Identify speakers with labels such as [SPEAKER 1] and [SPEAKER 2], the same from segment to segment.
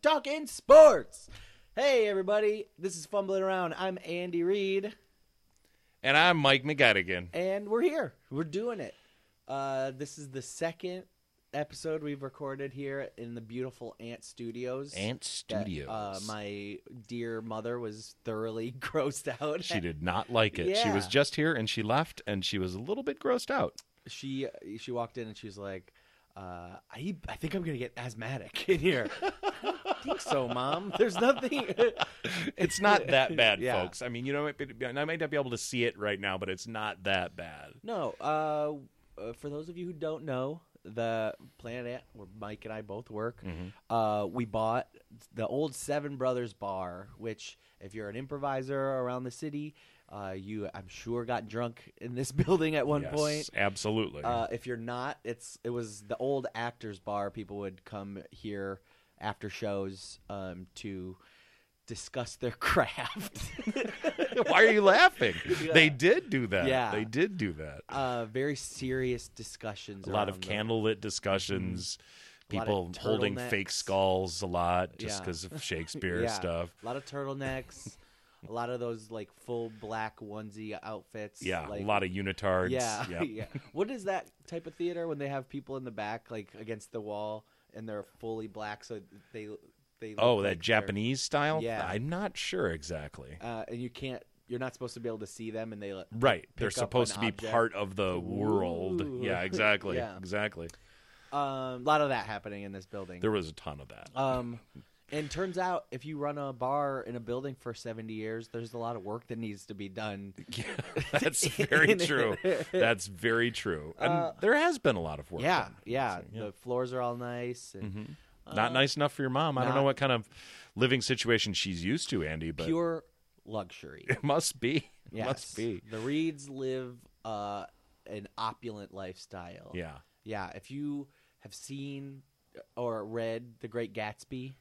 [SPEAKER 1] talking sports. Hey, everybody, this is Fumbling Around. I'm Andy Reid,
[SPEAKER 2] And I'm Mike McGettigan.
[SPEAKER 1] and we're here. We're doing it. Uh, this is the second episode we've recorded here in the beautiful Ant Studios.
[SPEAKER 2] Ant
[SPEAKER 1] that,
[SPEAKER 2] Studios.
[SPEAKER 1] uh, my dear mother was thoroughly grossed out.
[SPEAKER 2] she did not like it. She was
[SPEAKER 1] Yeah.
[SPEAKER 2] just here and she left and she was a little bit grossed out.
[SPEAKER 1] she she walked in and she's like, uh, I I think I'm gonna get asthmatic in here. I don't think so, mom. There's nothing.
[SPEAKER 2] It's not that bad,
[SPEAKER 1] Yeah.
[SPEAKER 2] folks. I mean, you know, it- it- I might not be able to see it right now, but it's not that bad.
[SPEAKER 1] no. Uh, uh, for those of you who don't know, the Planet Ant, where Mike and I both work, uh, we bought the old Seven Brothers bar, which if you're an improviser around the city. Uh, you, I'm sure, got drunk in this building at one
[SPEAKER 2] Yes,
[SPEAKER 1] point.
[SPEAKER 2] Absolutely.
[SPEAKER 1] Uh, if you're not, it's it was the old actors bar. People would come here after shows um, to discuss their craft.
[SPEAKER 2] Why are you laughing?
[SPEAKER 1] Yeah.
[SPEAKER 2] They did do that.
[SPEAKER 1] Yeah.
[SPEAKER 2] They did do that.
[SPEAKER 1] uh, very serious discussions.
[SPEAKER 2] a
[SPEAKER 1] around
[SPEAKER 2] lot of
[SPEAKER 1] the-
[SPEAKER 2] candlelit discussions,
[SPEAKER 1] A lot of
[SPEAKER 2] people holding fake
[SPEAKER 1] turtlenecks.
[SPEAKER 2] skulls a lot just
[SPEAKER 1] Yeah.
[SPEAKER 2] because of Shakespeare
[SPEAKER 1] Yeah.
[SPEAKER 2] stuff.
[SPEAKER 1] A lot of turtlenecks. a lot of those like full black onesie outfits.
[SPEAKER 2] Yeah,
[SPEAKER 1] like,
[SPEAKER 2] a lot of unitards.
[SPEAKER 1] Yeah,
[SPEAKER 2] yeah.
[SPEAKER 1] yeah. What is that type of theater when they have people in the back, like against the wall, and they're fully black, so they they. Look
[SPEAKER 2] Oh,
[SPEAKER 1] like
[SPEAKER 2] that
[SPEAKER 1] they're-
[SPEAKER 2] Japanese style?
[SPEAKER 1] Yeah.
[SPEAKER 2] I'm not sure exactly.
[SPEAKER 1] uh, and you can't. You're not supposed to be able to see them, and they let
[SPEAKER 2] Right. They're
[SPEAKER 1] pick up
[SPEAKER 2] supposed
[SPEAKER 1] an
[SPEAKER 2] to be
[SPEAKER 1] object.
[SPEAKER 2] part of the world.
[SPEAKER 1] Ooh.
[SPEAKER 2] Yeah, exactly.
[SPEAKER 1] Yeah.
[SPEAKER 2] Exactly.
[SPEAKER 1] Um, a lot of that happening in this building.
[SPEAKER 2] There was a ton of that.
[SPEAKER 1] Um, and turns out if you run a bar in a building for 70 years, there's a lot of work that needs to be done.
[SPEAKER 2] Yeah, that's very
[SPEAKER 1] in it.
[SPEAKER 2] true. That's very true. And there has been a lot of work.
[SPEAKER 1] Yeah,
[SPEAKER 2] done.
[SPEAKER 1] yeah.
[SPEAKER 2] So, yeah. Mm-hmm.
[SPEAKER 1] The floors are all nice and
[SPEAKER 2] not nice enough for your mom. I don't
[SPEAKER 1] Uh,
[SPEAKER 2] know
[SPEAKER 1] not-
[SPEAKER 2] what kind of living situation she's used to, Andy, but
[SPEAKER 1] pure luxury.
[SPEAKER 2] it must be. It
[SPEAKER 1] Yes.
[SPEAKER 2] Must be.
[SPEAKER 1] The Reeds live uh, an opulent lifestyle.
[SPEAKER 2] Yeah.
[SPEAKER 1] Yeah. If you have seen or read The Great Gatsby,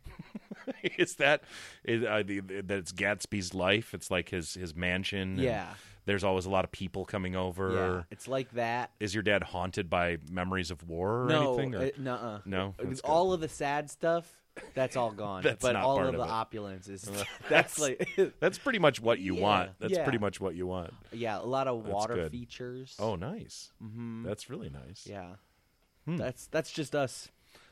[SPEAKER 2] is that is, uh, the, the- that it's Gatsby's life? It's like his his mansion. and
[SPEAKER 1] Yeah.
[SPEAKER 2] There's always a lot of people coming
[SPEAKER 1] yeah,
[SPEAKER 2] over.
[SPEAKER 1] it's like that.
[SPEAKER 2] Is your dad haunted by memories of war or
[SPEAKER 1] no,
[SPEAKER 2] anything? Or?
[SPEAKER 1] uh, nuh-uh. It
[SPEAKER 2] No?
[SPEAKER 1] was
[SPEAKER 2] That's good.
[SPEAKER 1] all of the sad stuff. That's all gone.
[SPEAKER 2] That's
[SPEAKER 1] but
[SPEAKER 2] not
[SPEAKER 1] all
[SPEAKER 2] part
[SPEAKER 1] of the
[SPEAKER 2] of it.
[SPEAKER 1] opulence is. that's
[SPEAKER 2] That's-
[SPEAKER 1] like,
[SPEAKER 2] That's pretty much what you
[SPEAKER 1] Yeah,
[SPEAKER 2] want. That's
[SPEAKER 1] yeah.
[SPEAKER 2] pretty much what you want.
[SPEAKER 1] yeah, a lot of water
[SPEAKER 2] good.
[SPEAKER 1] features.
[SPEAKER 2] Oh, nice. That's really nice.
[SPEAKER 1] yeah,
[SPEAKER 2] Hmm.
[SPEAKER 1] that's that's just us.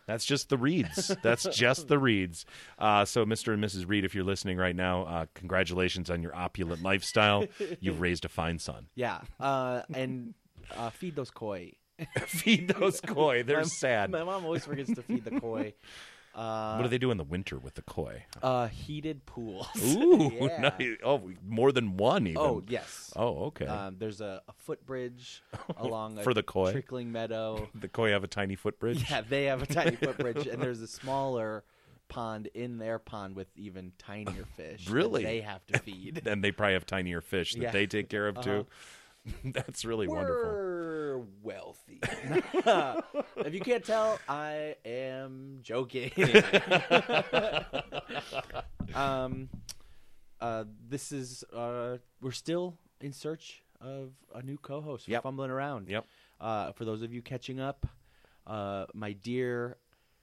[SPEAKER 2] That's just the reeds. That's just the reeds. Uh, so, Mr. and Mrs. Reed, if you're listening right now, uh, congratulations on your opulent lifestyle. You've raised a fine son.
[SPEAKER 1] Yeah, uh, and uh, feed those koi.
[SPEAKER 2] Feed those koi. They're
[SPEAKER 1] My-
[SPEAKER 2] sad.
[SPEAKER 1] My mom always forgets to feed the koi.
[SPEAKER 2] what do they do in the winter with the koi?
[SPEAKER 1] Uh, heated pools.
[SPEAKER 2] Ooh,
[SPEAKER 1] yeah.
[SPEAKER 2] nice. oh, more than one even.
[SPEAKER 1] Oh yes.
[SPEAKER 2] Oh, okay.
[SPEAKER 1] Um, there's a, a footbridge along a
[SPEAKER 2] For the koi?
[SPEAKER 1] trickling meadow.
[SPEAKER 2] the koi have a tiny footbridge.
[SPEAKER 1] Yeah, they have a tiny footbridge, and there's a smaller pond in their pond with even tinier fish. that
[SPEAKER 2] Really?
[SPEAKER 1] they have to feed.
[SPEAKER 2] And they probably have tinier fish that
[SPEAKER 1] Yeah. Uh-huh.
[SPEAKER 2] they take care of too. That's really wonderful.
[SPEAKER 1] We're wealthy. if you can't tell, I am joking. um, uh, this is uh, we're still in search of a new co-host. for
[SPEAKER 2] Yep.
[SPEAKER 1] fumbling around.
[SPEAKER 2] Yep.
[SPEAKER 1] Uh, for those of you catching up, uh, my dear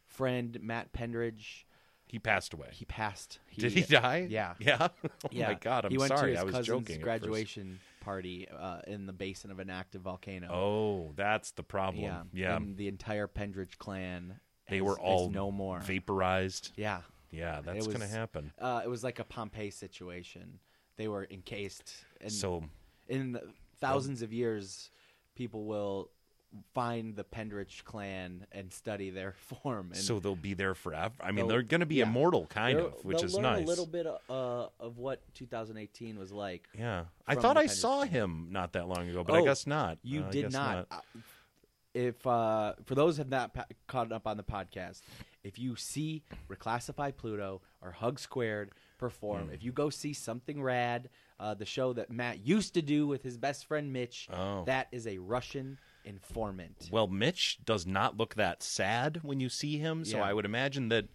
[SPEAKER 1] friend Matt Pendridge,
[SPEAKER 2] He passed away.
[SPEAKER 1] he passed.
[SPEAKER 2] Did he die?
[SPEAKER 1] Yeah.
[SPEAKER 2] Yeah. Oh
[SPEAKER 1] Yeah.
[SPEAKER 2] my god, I'm
[SPEAKER 1] he went To
[SPEAKER 2] sorry.
[SPEAKER 1] his
[SPEAKER 2] I was
[SPEAKER 1] cousin's
[SPEAKER 2] joking. at first.
[SPEAKER 1] Graduation party uh, in the basin of an active volcano.
[SPEAKER 2] Oh, that's the problem.
[SPEAKER 1] Yeah,
[SPEAKER 2] Yeah.
[SPEAKER 1] And the entire Pendridge clan.
[SPEAKER 2] They
[SPEAKER 1] is-
[SPEAKER 2] were
[SPEAKER 1] is
[SPEAKER 2] all
[SPEAKER 1] no more.
[SPEAKER 2] Vaporized.
[SPEAKER 1] yeah,
[SPEAKER 2] Yeah, that's
[SPEAKER 1] was-
[SPEAKER 2] gonna happen.
[SPEAKER 1] uh, it was like a Pompeii situation. They were encased, and
[SPEAKER 2] so
[SPEAKER 1] in thousands of years, people will find the Pendridge clan and study their form. And
[SPEAKER 2] so they'll be there forever. I mean,
[SPEAKER 1] They'll-
[SPEAKER 2] they're gonna be
[SPEAKER 1] yeah.
[SPEAKER 2] immortal, kind
[SPEAKER 1] they'll-
[SPEAKER 2] of, which
[SPEAKER 1] they'll
[SPEAKER 2] is
[SPEAKER 1] learn
[SPEAKER 2] nice.
[SPEAKER 1] A little bit uh, of what 2018 was like.
[SPEAKER 2] Yeah, I
[SPEAKER 1] from
[SPEAKER 2] thought
[SPEAKER 1] the
[SPEAKER 2] I
[SPEAKER 1] Pendridge
[SPEAKER 2] saw
[SPEAKER 1] clan.
[SPEAKER 2] him not that long ago, but I
[SPEAKER 1] Oh,
[SPEAKER 2] guess not.
[SPEAKER 1] You
[SPEAKER 2] Uh, I
[SPEAKER 1] did
[SPEAKER 2] guess
[SPEAKER 1] not. I- If uh, for those who have not pa- caught up on the podcast, if you see Reclassify Pluto or Hug Squared perform,
[SPEAKER 2] Hmm.
[SPEAKER 1] if you go see something rad, uh, the show that Matt used to do with his best friend Mitch,
[SPEAKER 2] Oh.
[SPEAKER 1] that is a Russian informant.
[SPEAKER 2] Well, Mitch does not look that sad when you see him, so
[SPEAKER 1] Yeah.
[SPEAKER 2] I would imagine that.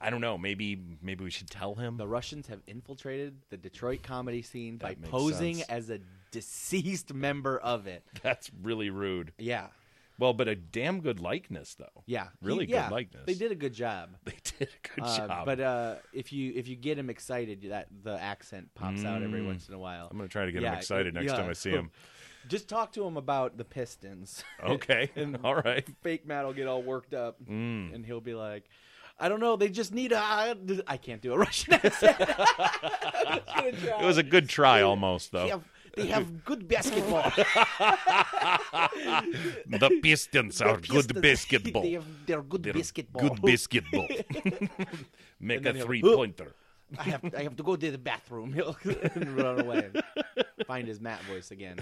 [SPEAKER 2] I don't know. Maybe maybe we should tell him.
[SPEAKER 1] The Russians have infiltrated the Detroit comedy scene by
[SPEAKER 2] That makes
[SPEAKER 1] posing
[SPEAKER 2] sense.
[SPEAKER 1] as a deceased member of it.
[SPEAKER 2] That's really rude.
[SPEAKER 1] Yeah.
[SPEAKER 2] Well, but a damn good likeness though.
[SPEAKER 1] Yeah, he-
[SPEAKER 2] Really good
[SPEAKER 1] yeah,
[SPEAKER 2] likeness.
[SPEAKER 1] They did a good job.
[SPEAKER 2] They did a good
[SPEAKER 1] Uh,
[SPEAKER 2] job.
[SPEAKER 1] But uh, if you if you get him excited, that the accent pops out every
[SPEAKER 2] Mm.
[SPEAKER 1] once in a while.
[SPEAKER 2] I'm gonna try to get him
[SPEAKER 1] Yeah,
[SPEAKER 2] excited next
[SPEAKER 1] yeah.
[SPEAKER 2] time I see him.
[SPEAKER 1] Just talk to him about the Pistons.
[SPEAKER 2] Okay.
[SPEAKER 1] And-
[SPEAKER 2] All right.
[SPEAKER 1] Fake Matt will get all worked up,
[SPEAKER 2] Mm.
[SPEAKER 1] and he'll be like, "I don't know. They just need a. I, I can't do a Russian accent. I was gonna try.
[SPEAKER 2] It was a good try almost
[SPEAKER 1] They
[SPEAKER 2] though.
[SPEAKER 1] have, they have good basketball.
[SPEAKER 2] The Pistons are
[SPEAKER 1] Pistons,
[SPEAKER 2] good basketball.
[SPEAKER 1] they have, they're good
[SPEAKER 2] They're
[SPEAKER 1] basketball.
[SPEAKER 2] Good basketball. Make
[SPEAKER 1] And then
[SPEAKER 2] a
[SPEAKER 1] he'll-
[SPEAKER 2] three pointer.
[SPEAKER 1] I have I have to go to the bathroom. He'll run away. Find his Matt voice again.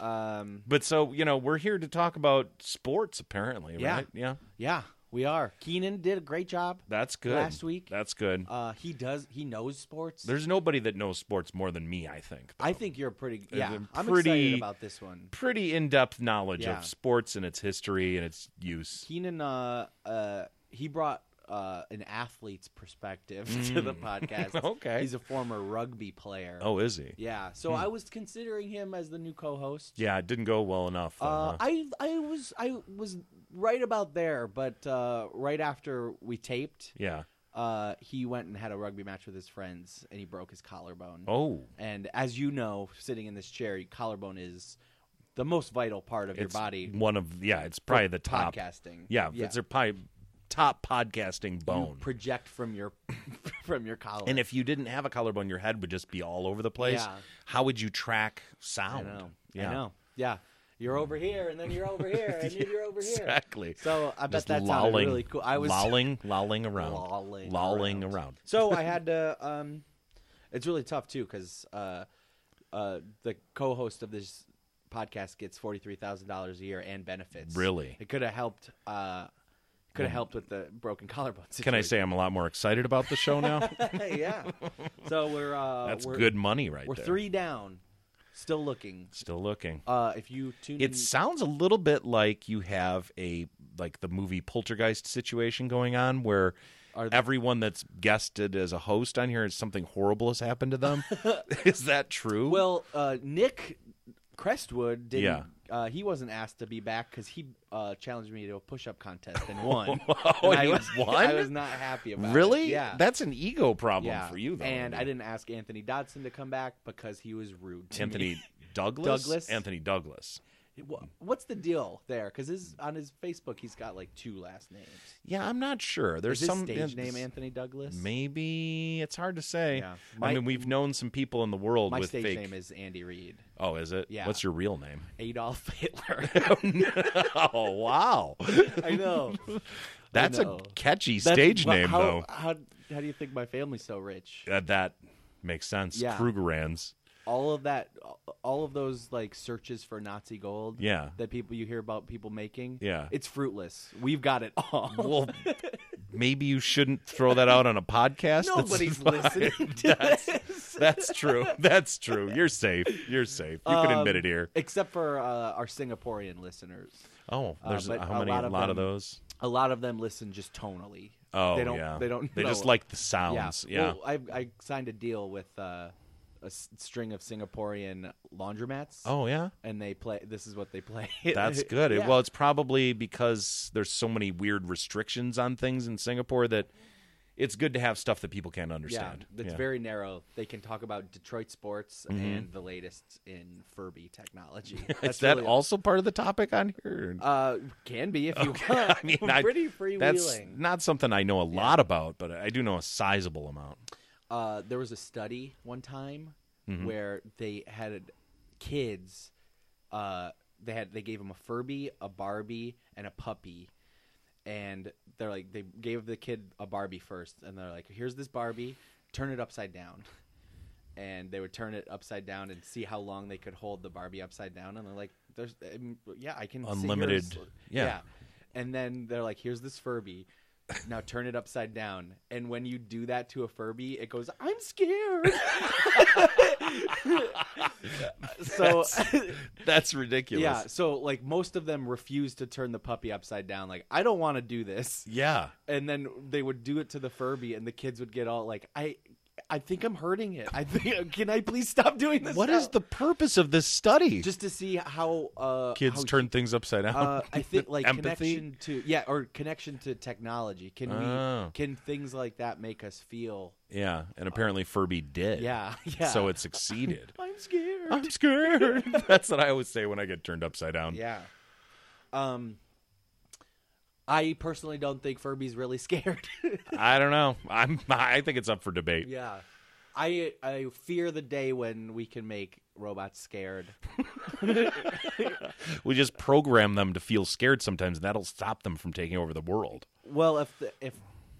[SPEAKER 1] Um.
[SPEAKER 2] But so, you know, we're here to talk about sports apparently,
[SPEAKER 1] Yeah.
[SPEAKER 2] right? Yeah.
[SPEAKER 1] Yeah, we are. Keenan did a great job.
[SPEAKER 2] That's good.
[SPEAKER 1] Last week.
[SPEAKER 2] That's good.
[SPEAKER 1] Uh, he does. He knows sports.
[SPEAKER 2] There's nobody that knows sports more than me, I think.
[SPEAKER 1] I think you're pretty. Yeah,
[SPEAKER 2] I'm
[SPEAKER 1] I'm
[SPEAKER 2] pretty-
[SPEAKER 1] excited about this one.
[SPEAKER 2] Pretty in depth knowledge
[SPEAKER 1] Yeah.
[SPEAKER 2] of sports and its history and its use.
[SPEAKER 1] Keenan, uh, uh, he brought uh, an athlete's perspective to the podcast.
[SPEAKER 2] Mm. Okay.
[SPEAKER 1] he's a former rugby player.
[SPEAKER 2] Oh, is he?
[SPEAKER 1] yeah. So I was considering him as the new co-host.
[SPEAKER 2] Yeah, it didn't go well enough.
[SPEAKER 1] Uh,
[SPEAKER 2] huh?
[SPEAKER 1] I I was I was right about there, but uh, right after we taped,
[SPEAKER 2] yeah.
[SPEAKER 1] uh, he went and had a rugby match with his friends, and he broke his collarbone.
[SPEAKER 2] Oh,
[SPEAKER 1] And as you know, sitting in this chair, your collarbone is the most vital part of your
[SPEAKER 2] it's
[SPEAKER 1] body.
[SPEAKER 2] One of yeah, it's probably
[SPEAKER 1] for
[SPEAKER 2] the top.
[SPEAKER 1] podcasting.
[SPEAKER 2] Yeah, it's their probably top podcasting
[SPEAKER 1] you
[SPEAKER 2] bone.
[SPEAKER 1] project from your from your collar.
[SPEAKER 2] and if you didn't have a collarbone, your head would just be all over the place.
[SPEAKER 1] Yeah.
[SPEAKER 2] How would you track
[SPEAKER 1] I
[SPEAKER 2] sound?
[SPEAKER 1] know,
[SPEAKER 2] Yeah,
[SPEAKER 1] I know, yeah. You're over here, and then you're over here, and then you're over here.
[SPEAKER 2] exactly.
[SPEAKER 1] So I bet
[SPEAKER 2] just
[SPEAKER 1] that sounded
[SPEAKER 2] lolling,
[SPEAKER 1] really cool. I was
[SPEAKER 2] lolling, lolling around,
[SPEAKER 1] Lolling
[SPEAKER 2] Lolling
[SPEAKER 1] around.
[SPEAKER 2] around.
[SPEAKER 1] so I had to. Um, it's really tough too because uh, uh, the co-host of this podcast gets forty three thousand dollars a year and benefits.
[SPEAKER 2] Really? Mm.
[SPEAKER 1] it could have helped. Uh, could have helped with the broken collarbone.
[SPEAKER 2] Can I say I'm a lot more excited about the show now?
[SPEAKER 1] situation. yeah. So we're uh,
[SPEAKER 2] That's
[SPEAKER 1] we're,
[SPEAKER 2] good money right
[SPEAKER 1] We're
[SPEAKER 2] there.
[SPEAKER 1] three down, still looking.
[SPEAKER 2] Still looking.
[SPEAKER 1] Uh, if you tune,
[SPEAKER 2] It sounds a little bit like you have a like the movie Poltergeist situation going on where
[SPEAKER 1] Are-
[SPEAKER 2] everyone that's guested as a host on here is something horrible has happened to them. is that true?
[SPEAKER 1] in, well, uh, Nick Crestwood didn't.
[SPEAKER 2] Yeah.
[SPEAKER 1] Uh, he wasn't asked to be back because he uh, challenged me to a push-up contest and won.
[SPEAKER 2] Oh,
[SPEAKER 1] And I
[SPEAKER 2] you
[SPEAKER 1] was,
[SPEAKER 2] won?
[SPEAKER 1] I was not happy about it.
[SPEAKER 2] really?
[SPEAKER 1] Yeah.
[SPEAKER 2] That's an ego problem
[SPEAKER 1] yeah.
[SPEAKER 2] for you though.
[SPEAKER 1] And I didn't ask Anthony Dodson to come back because he was rude to me.
[SPEAKER 2] Anthony Douglas?
[SPEAKER 1] Douglas?
[SPEAKER 2] Anthony Douglas.
[SPEAKER 1] Wha- What's the deal there? Because his on his Facebook, he's got like two last names.
[SPEAKER 2] Yeah, I'm not sure. There's
[SPEAKER 1] Is his
[SPEAKER 2] some
[SPEAKER 1] stage name
[SPEAKER 2] it's-
[SPEAKER 1] Anthony Douglas.
[SPEAKER 2] Maybe it's hard to say.
[SPEAKER 1] Yeah. My-
[SPEAKER 2] I mean, we've known some people in the world
[SPEAKER 1] My
[SPEAKER 2] with
[SPEAKER 1] stage
[SPEAKER 2] fake.
[SPEAKER 1] name is Andy Reid.
[SPEAKER 2] oh, is it?
[SPEAKER 1] Yeah.
[SPEAKER 2] What's your real name?
[SPEAKER 1] Adolf Hitler.
[SPEAKER 2] oh wow,
[SPEAKER 1] I know.
[SPEAKER 2] that's a
[SPEAKER 1] know.
[SPEAKER 2] catchy
[SPEAKER 1] That's-
[SPEAKER 2] stage
[SPEAKER 1] well,
[SPEAKER 2] name
[SPEAKER 1] how,
[SPEAKER 2] though.
[SPEAKER 1] How, how do you think my family's so rich?
[SPEAKER 2] Uh, that makes sense.
[SPEAKER 1] Yeah.
[SPEAKER 2] Krugerrands.
[SPEAKER 1] All of that, all of those like searches for Nazi gold.
[SPEAKER 2] Yeah.
[SPEAKER 1] That people you hear about people making.
[SPEAKER 2] Yeah.
[SPEAKER 1] It's fruitless. We've got it all.
[SPEAKER 2] Well, maybe you shouldn't throw that out on a podcast. That's
[SPEAKER 1] Nobody's
[SPEAKER 2] fine.
[SPEAKER 1] listening to this.
[SPEAKER 2] That's true. That's true. You're safe. You're safe. You can admit
[SPEAKER 1] Um,
[SPEAKER 2] it here.
[SPEAKER 1] Except for uh, our Singaporean listeners.
[SPEAKER 2] Oh, there's
[SPEAKER 1] uh, but
[SPEAKER 2] how
[SPEAKER 1] a
[SPEAKER 2] many?
[SPEAKER 1] lot
[SPEAKER 2] a
[SPEAKER 1] of
[SPEAKER 2] lot of
[SPEAKER 1] them-
[SPEAKER 2] those.
[SPEAKER 1] A lot of them listen just tonally.
[SPEAKER 2] Oh,
[SPEAKER 1] they don't,
[SPEAKER 2] yeah.
[SPEAKER 1] They don't.
[SPEAKER 2] They
[SPEAKER 1] know
[SPEAKER 2] just
[SPEAKER 1] it.
[SPEAKER 2] like the sounds. Yeah.
[SPEAKER 1] Well, I, I signed a deal with uh, a s- string of Singaporean laundromats.
[SPEAKER 2] oh yeah.
[SPEAKER 1] And they play. This is what they play.
[SPEAKER 2] That's good. It-
[SPEAKER 1] Yeah.
[SPEAKER 2] Well, it's probably because there's so many weird restrictions on things in Singapore that it's good to have stuff that people can't
[SPEAKER 1] yeah,
[SPEAKER 2] understand.
[SPEAKER 1] it's
[SPEAKER 2] Yeah. Mm-hmm.
[SPEAKER 1] very narrow. They can talk about Detroit sports and the latest in Furby technology. That's
[SPEAKER 2] Is that
[SPEAKER 1] really-
[SPEAKER 2] also part of the topic on here?
[SPEAKER 1] Uh, can be if you want.
[SPEAKER 2] I mean, I-
[SPEAKER 1] pretty
[SPEAKER 2] That's
[SPEAKER 1] freewheeling.
[SPEAKER 2] not something I know a lot about, but I do know a sizable amount.
[SPEAKER 1] uh, there was a study one time where they had kids. Uh, they had they gave them a Furby, a Barbie, and a puppy, and they're like they gave the kid a Barbie first, and they're like, "Here's this Barbie, turn it upside down." And they would turn it upside down and see how long they could hold the Barbie upside down, and they're like, "There's, um, yeah, I can sit here and
[SPEAKER 2] Unlimited-
[SPEAKER 1] sl-
[SPEAKER 2] yeah.
[SPEAKER 1] And then they're like, "Here's this Furby." Now turn it upside down, and when you do that to a Furby, it goes, "I'm scared." so,
[SPEAKER 2] That's ridiculous.
[SPEAKER 1] yeah, so like most of them refused to turn the puppy upside down. Like, I don't want to do this.
[SPEAKER 2] Yeah.
[SPEAKER 1] And then they would do it to the Furby, and the kids would get all like, "I, I think I'm hurting it. I think. Can I please stop doing this?
[SPEAKER 2] What
[SPEAKER 1] now?
[SPEAKER 2] is the purpose of this study?
[SPEAKER 1] just to see how uh,
[SPEAKER 2] Kids
[SPEAKER 1] how
[SPEAKER 2] turn things upside down.
[SPEAKER 1] uh, I think like
[SPEAKER 2] Empathy?
[SPEAKER 1] connection to yeah, or connection to technology. Can
[SPEAKER 2] Oh.
[SPEAKER 1] we can things like that make us feel?
[SPEAKER 2] yeah, and apparently Furby did.
[SPEAKER 1] Yeah, yeah.
[SPEAKER 2] So it Oh. succeeded.
[SPEAKER 1] I'm scared.
[SPEAKER 2] I'm scared. That's what I always say when I get turned upside down.
[SPEAKER 1] yeah. Um, I personally don't think Furby's really scared.
[SPEAKER 2] I don't know. I'm. I think it's up for debate.
[SPEAKER 1] yeah, I I fear the day when we can make robots scared.
[SPEAKER 2] We just program them to feel scared sometimes, and that'll stop them from taking over the world.
[SPEAKER 1] Well, if the, if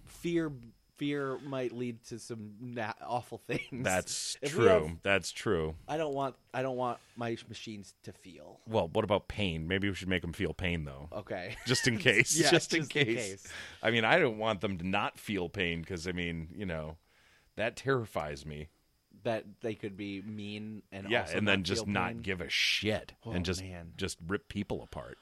[SPEAKER 1] fear fear might lead to some na- awful things.
[SPEAKER 2] That's
[SPEAKER 1] If we
[SPEAKER 2] true.
[SPEAKER 1] have-
[SPEAKER 2] That's true.
[SPEAKER 1] I don't want I don't want my machines to feel
[SPEAKER 2] Well, what about pain? Maybe we should make them feel pain though.
[SPEAKER 1] okay.
[SPEAKER 2] Just in case.
[SPEAKER 1] Yeah,
[SPEAKER 2] just in
[SPEAKER 1] just in
[SPEAKER 2] case.
[SPEAKER 1] case.
[SPEAKER 2] I mean, I don't want them to not feel pain because, I mean, you know, that terrifies me.
[SPEAKER 1] that they could be mean and
[SPEAKER 2] yeah,
[SPEAKER 1] also
[SPEAKER 2] and then
[SPEAKER 1] not
[SPEAKER 2] just
[SPEAKER 1] feel
[SPEAKER 2] not
[SPEAKER 1] pain.
[SPEAKER 2] give a shit
[SPEAKER 1] Oh,
[SPEAKER 2] and just
[SPEAKER 1] man.
[SPEAKER 2] just rip people apart.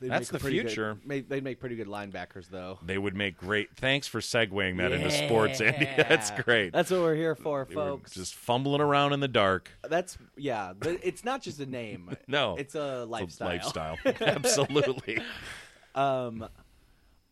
[SPEAKER 1] They'd
[SPEAKER 2] That's
[SPEAKER 1] make
[SPEAKER 2] the
[SPEAKER 1] pretty good-
[SPEAKER 2] future.
[SPEAKER 1] ma- they'd make pretty good linebackers though.
[SPEAKER 2] They would make great. Thanks for segueing that into sports, Andy. That's
[SPEAKER 1] Yeah.
[SPEAKER 2] great.
[SPEAKER 1] That's what we're here for,
[SPEAKER 2] They were
[SPEAKER 1] folks.
[SPEAKER 2] just fumbling around in the dark.
[SPEAKER 1] That's yeah. th- It's not just a name.
[SPEAKER 2] No.
[SPEAKER 1] it's a
[SPEAKER 2] It's
[SPEAKER 1] lifestyle.
[SPEAKER 2] a lifestyle. Absolutely.
[SPEAKER 1] Um,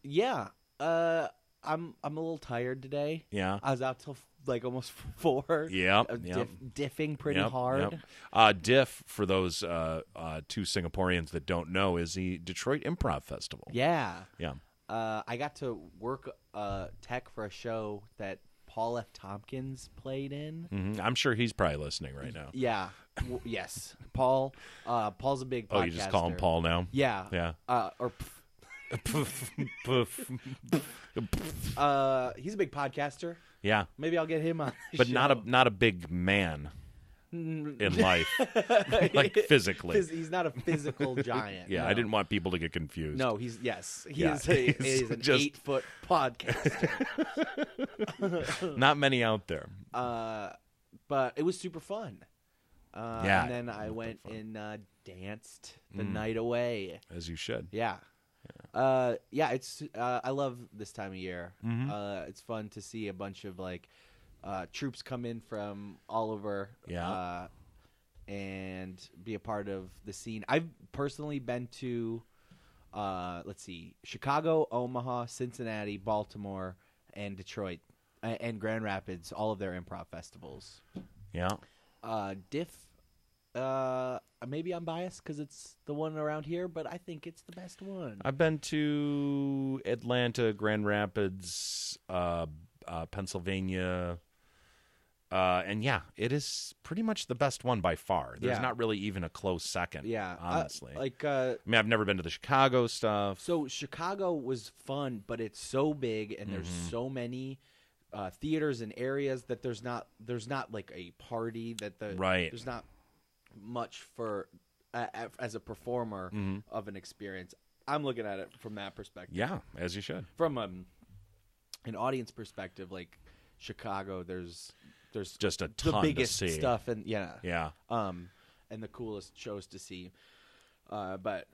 [SPEAKER 1] yeah. Uh, I'm I'm a little tired today.
[SPEAKER 2] Yeah.
[SPEAKER 1] I was out till like almost four.
[SPEAKER 2] Yep,
[SPEAKER 1] Uh,
[SPEAKER 2] yep.
[SPEAKER 1] diff- diffing pretty
[SPEAKER 2] Yep,
[SPEAKER 1] hard.
[SPEAKER 2] yep. Uh, Diff, for those uh, uh, two Singaporeans that don't know, is the Detroit Improv Festival.
[SPEAKER 1] Yeah.
[SPEAKER 2] Yeah.
[SPEAKER 1] Uh, I got to work uh tech for a show that Paul F. Tompkins played in.
[SPEAKER 2] Mhm. I'm sure he's probably listening right now.
[SPEAKER 1] Yeah. W- yes. Paul. Uh, Paul's a big.
[SPEAKER 2] Oh, you just call him
[SPEAKER 1] podcaster.
[SPEAKER 2] Paul now?
[SPEAKER 1] Yeah.
[SPEAKER 2] Yeah.
[SPEAKER 1] Uh, or pff.
[SPEAKER 2] Poof, poof.
[SPEAKER 1] uh, he's a big podcaster.
[SPEAKER 2] yeah.
[SPEAKER 1] Maybe I'll get him on. the
[SPEAKER 2] But not
[SPEAKER 1] show.
[SPEAKER 2] a not a big man in life, like physically.
[SPEAKER 1] Phys- he's not a physical giant.
[SPEAKER 2] yeah,
[SPEAKER 1] no.
[SPEAKER 2] I didn't want people to get confused.
[SPEAKER 1] No, he's yes. He
[SPEAKER 2] Yeah,
[SPEAKER 1] is a,
[SPEAKER 2] he's
[SPEAKER 1] he is an
[SPEAKER 2] just-
[SPEAKER 1] eight foot podcaster.
[SPEAKER 2] Not many out there.
[SPEAKER 1] uh, but it was super fun. Uh,
[SPEAKER 2] Yeah, Mm.
[SPEAKER 1] And then I went and uh, danced the night away.
[SPEAKER 2] As you should.
[SPEAKER 1] Yeah. Uh, yeah, it's uh, I love this time of year. Uh, it's fun to see a bunch of like uh, troops come in from all over.
[SPEAKER 2] Yeah.
[SPEAKER 1] Uh, and be a part of the scene. I've personally been to, uh, let's see, Chicago, Omaha, Cincinnati, Baltimore, and Detroit, uh, and Grand Rapids. All of their improv festivals.
[SPEAKER 2] Yeah.
[SPEAKER 1] Uh, Diff. Uh, maybe I'm biased because it's the one around here, but I think it's the best one.
[SPEAKER 2] I've been to Atlanta, Grand Rapids, uh, uh, Pennsylvania, uh, and yeah, it is pretty much the best one by far. There's
[SPEAKER 1] Yeah.
[SPEAKER 2] not really even a close second.
[SPEAKER 1] yeah, uh,
[SPEAKER 2] honestly.
[SPEAKER 1] like uh,
[SPEAKER 2] I mean, I've never been to the Chicago stuff.
[SPEAKER 1] so Chicago was fun, but it's so big and there's
[SPEAKER 2] Mm-hmm.
[SPEAKER 1] so many uh, theaters and areas that there's not there's not like a party that the
[SPEAKER 2] Right.
[SPEAKER 1] there's not much for uh, as a performer
[SPEAKER 2] Mm-hmm.
[SPEAKER 1] of an experience. I'm looking at it from that perspective.
[SPEAKER 2] Yeah, as you should.
[SPEAKER 1] From um, an audience perspective, like Chicago, there's there's
[SPEAKER 2] Just a
[SPEAKER 1] the
[SPEAKER 2] ton
[SPEAKER 1] biggest
[SPEAKER 2] to see.
[SPEAKER 1] stuff and yeah
[SPEAKER 2] Yeah,
[SPEAKER 1] um, and the coolest shows to see. Uh, but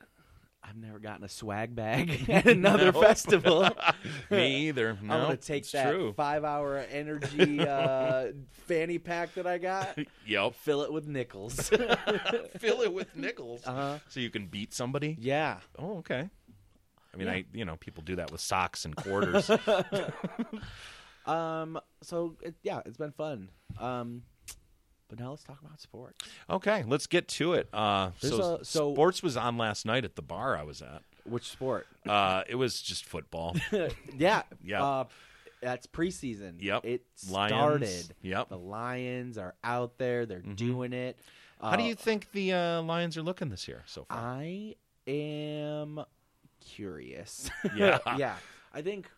[SPEAKER 1] I've never gotten a swag bag at another festival.
[SPEAKER 2] me either. No,
[SPEAKER 1] I'm gonna take
[SPEAKER 2] it's
[SPEAKER 1] that
[SPEAKER 2] True.
[SPEAKER 1] five-hour energy uh, fanny pack that I got,
[SPEAKER 2] Yep.
[SPEAKER 1] fill it with nickels.
[SPEAKER 2] Fill it with nickels,
[SPEAKER 1] Uh-huh.
[SPEAKER 2] so you can beat somebody.
[SPEAKER 1] yeah,
[SPEAKER 2] Oh, okay. I mean, I you know people do that with socks and quarters.
[SPEAKER 1] um, so it, yeah, it's been fun. Um, but now let's talk about sports.
[SPEAKER 2] okay, let's get to it. Uh,
[SPEAKER 1] There's
[SPEAKER 2] so,
[SPEAKER 1] a- so-
[SPEAKER 2] sports was on last night at the bar I was at.
[SPEAKER 1] Which sport?
[SPEAKER 2] Uh, it was just football.
[SPEAKER 1] yeah,
[SPEAKER 2] Yeah.
[SPEAKER 1] Uh, that's preseason.
[SPEAKER 2] Yep.
[SPEAKER 1] it
[SPEAKER 2] Lions.
[SPEAKER 1] started.
[SPEAKER 2] Yep.
[SPEAKER 1] the Lions are out there. They're doing it.
[SPEAKER 2] Mm-hmm. How do you think the uh, Lions are looking this year so far?
[SPEAKER 1] I am curious.
[SPEAKER 2] Yeah.
[SPEAKER 1] yeah. I think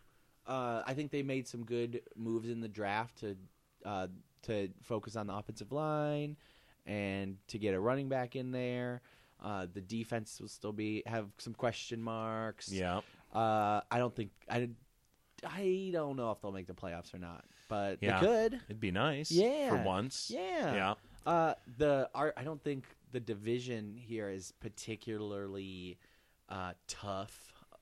[SPEAKER 1] uh, I think they made some good moves in the draft to uh, to focus on the offensive line and to get a running back in there. Uh, the defense will still be have some question marks.
[SPEAKER 2] yeah.
[SPEAKER 1] Uh, I don't think I I don't know if they'll make the playoffs or not, but
[SPEAKER 2] Yeah.
[SPEAKER 1] they could.
[SPEAKER 2] It'd be nice. For
[SPEAKER 1] Yeah.
[SPEAKER 2] once.
[SPEAKER 1] Yeah.
[SPEAKER 2] Yeah.
[SPEAKER 1] Uh, the our, I don't think the division here is particularly uh, tough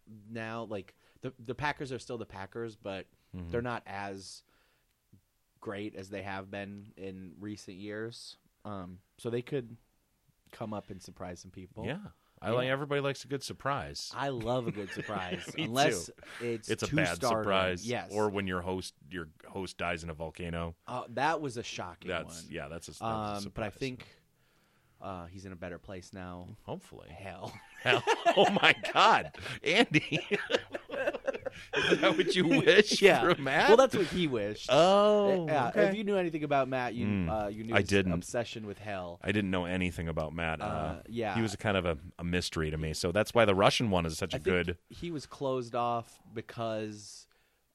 [SPEAKER 2] Mm-hmm.
[SPEAKER 1] now. Like the the Packers are still the Packers, but they're not as great as they have been in recent years. Um, so they could come up and surprise some people.
[SPEAKER 2] yeah. I like everybody likes a good surprise.
[SPEAKER 1] I love a good surprise,
[SPEAKER 2] Me
[SPEAKER 1] unless
[SPEAKER 2] too.
[SPEAKER 1] it's
[SPEAKER 2] it's a
[SPEAKER 1] too
[SPEAKER 2] bad
[SPEAKER 1] startling.
[SPEAKER 2] surprise.
[SPEAKER 1] Yes,
[SPEAKER 2] Or when your host your host dies in a volcano.
[SPEAKER 1] uh, that was a shocking one.
[SPEAKER 2] That's yeah, that's a, that's a
[SPEAKER 1] Um, but I
[SPEAKER 2] surprise.
[SPEAKER 1] think uh, he's in a better place now.
[SPEAKER 2] hopefully.
[SPEAKER 1] Hell,
[SPEAKER 2] Hell, oh my God, Andy! Is that what you wish
[SPEAKER 1] yeah.
[SPEAKER 2] for Matt?
[SPEAKER 1] Well, that's what he wished. Eh,
[SPEAKER 2] oh,
[SPEAKER 1] yeah.
[SPEAKER 2] okay. Mm,
[SPEAKER 1] If you knew anything about Matt, you uh, you knew
[SPEAKER 2] I
[SPEAKER 1] his
[SPEAKER 2] didn't.
[SPEAKER 1] obsession with hell.
[SPEAKER 2] I didn't know anything about Matt. Uh,
[SPEAKER 1] Uh, yeah.
[SPEAKER 2] he was a kind of a, a mystery to me. So that's why the Russian one is such a
[SPEAKER 1] I think
[SPEAKER 2] good.
[SPEAKER 1] he was closed off because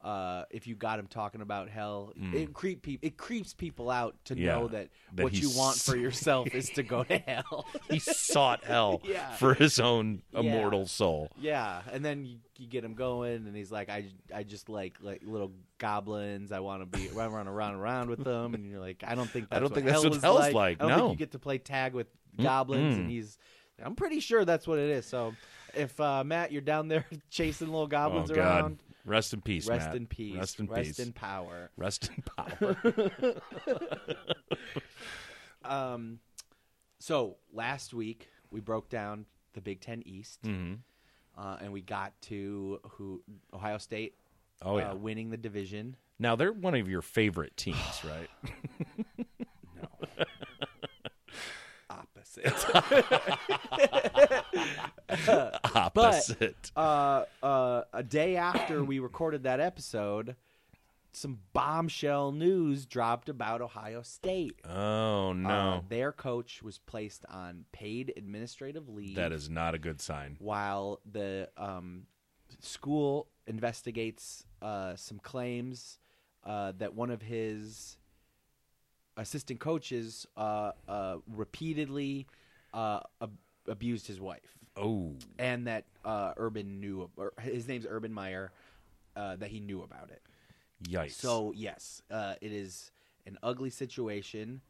[SPEAKER 1] uh, if you got him talking about hell, it creep peop it creeps people out to
[SPEAKER 2] Mm. Yeah,
[SPEAKER 1] know that,
[SPEAKER 2] that
[SPEAKER 1] what you
[SPEAKER 2] he's-
[SPEAKER 1] want for yourself is to go to hell.
[SPEAKER 2] He sought hell
[SPEAKER 1] Yeah.
[SPEAKER 2] for his own
[SPEAKER 1] Yeah.
[SPEAKER 2] immortal soul.
[SPEAKER 1] yeah, and then you, you get him going, and he's like, "I, I just like like little goblins. I want to be run run around around with them." And you're like, "I don't think that's
[SPEAKER 2] don't
[SPEAKER 1] what
[SPEAKER 2] think that's
[SPEAKER 1] hell
[SPEAKER 2] what
[SPEAKER 1] is
[SPEAKER 2] hell's
[SPEAKER 1] like.
[SPEAKER 2] like,
[SPEAKER 1] I don't
[SPEAKER 2] no.
[SPEAKER 1] think you get to play tag with goblins." And he's, I'm pretty sure that's what it is. So, if uh, Matt, you're down there chasing little
[SPEAKER 2] Oh
[SPEAKER 1] goblins
[SPEAKER 2] God!
[SPEAKER 1] around.
[SPEAKER 2] Rest in peace,
[SPEAKER 1] Rest
[SPEAKER 2] Matt.
[SPEAKER 1] in peace.
[SPEAKER 2] Rest in peace.
[SPEAKER 1] in power.
[SPEAKER 2] Rest in power.
[SPEAKER 1] Um, so last week we broke down the Big Ten East,
[SPEAKER 2] Mm. Mm-hmm.
[SPEAKER 1] uh, and we got to who Ohio State
[SPEAKER 2] Oh yeah.
[SPEAKER 1] uh, winning the division.
[SPEAKER 2] now they're one of your favorite teams, right?
[SPEAKER 1] Opposite.
[SPEAKER 2] Opposite.
[SPEAKER 1] uh, uh, a day after we recorded that episode, some bombshell news dropped about Ohio State.
[SPEAKER 2] oh no,
[SPEAKER 1] Uh, their coach was placed on paid administrative leave.
[SPEAKER 2] that is not a good sign.
[SPEAKER 1] while the um, school investigates uh, some claims uh, that one of his assistant coaches uh, uh, repeatedly uh, ab- abused his wife,
[SPEAKER 2] Oh,
[SPEAKER 1] and that uh, Urban knew. Or his name's Urban Meyer. Uh, that he knew about it.
[SPEAKER 2] yikes!
[SPEAKER 1] So yes, uh, it is an ugly situation,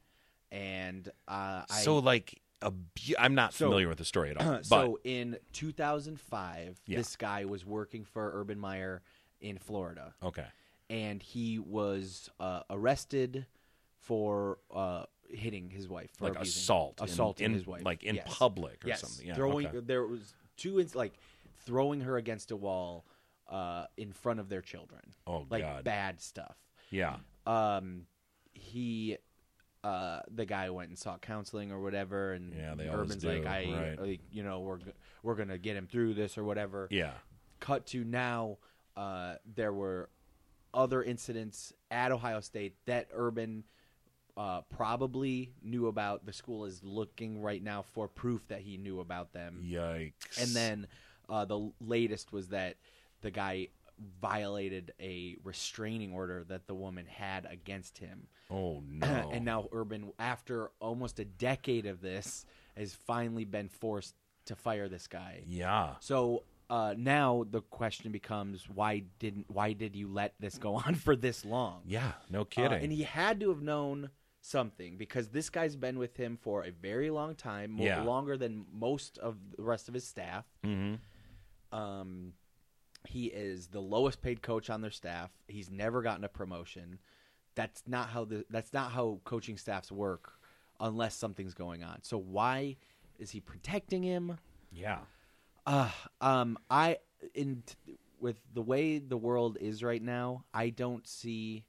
[SPEAKER 1] and uh, I
[SPEAKER 2] so like abu- I'm not
[SPEAKER 1] So-
[SPEAKER 2] familiar with the story at all. but
[SPEAKER 1] so in 2005,
[SPEAKER 2] Yeah.
[SPEAKER 1] this guy was working for Urban Meyer in Florida,
[SPEAKER 2] okay,
[SPEAKER 1] and he was uh, arrested for uh, hitting his wife for
[SPEAKER 2] like
[SPEAKER 1] abusing-
[SPEAKER 2] assault, in-
[SPEAKER 1] assaulting
[SPEAKER 2] in,
[SPEAKER 1] his wife,
[SPEAKER 2] like in
[SPEAKER 1] Yes.
[SPEAKER 2] public or
[SPEAKER 1] yes.
[SPEAKER 2] something. Yeah,
[SPEAKER 1] throwing
[SPEAKER 2] okay.
[SPEAKER 1] there was two ins- like throwing her against a wall uh, in front of their children.
[SPEAKER 2] Oh,
[SPEAKER 1] like
[SPEAKER 2] God.
[SPEAKER 1] bad stuff.
[SPEAKER 2] Yeah,
[SPEAKER 1] Um, he. Uh, the guy went and sought counseling or whatever, and
[SPEAKER 2] Yeah, they always
[SPEAKER 1] Urban's
[SPEAKER 2] do,
[SPEAKER 1] like, "I,
[SPEAKER 2] right.
[SPEAKER 1] like, you know, we're g- we're gonna get him through this or whatever."
[SPEAKER 2] yeah.
[SPEAKER 1] cut to now uh, there were other incidents at ohio state that urban uh, probably knew about the school is looking right now for proof that he knew about them
[SPEAKER 2] Yikes!
[SPEAKER 1] and then uh, the latest was that the guy violated a restraining order that the woman had against him
[SPEAKER 2] oh no,
[SPEAKER 1] and now urban after almost a decade of this has finally been forced to fire this guy
[SPEAKER 2] yeah,
[SPEAKER 1] so uh, now the question becomes why didn't why did you let this go on for this long?
[SPEAKER 2] yeah. No
[SPEAKER 1] Uh,
[SPEAKER 2] kidding.
[SPEAKER 1] and he had to have known something because this guy's been with him for a very long time, more,
[SPEAKER 2] Yeah.
[SPEAKER 1] longer than most of the rest of his staff.
[SPEAKER 2] Mm-hmm.
[SPEAKER 1] Um, he is the lowest paid coach on their staff. He's never gotten a promotion. That's not how the that's not how coaching staffs work unless something's going on. So why is he protecting him?
[SPEAKER 2] yeah,
[SPEAKER 1] Uh, um, I in t- with the way the world is right now, I don't see,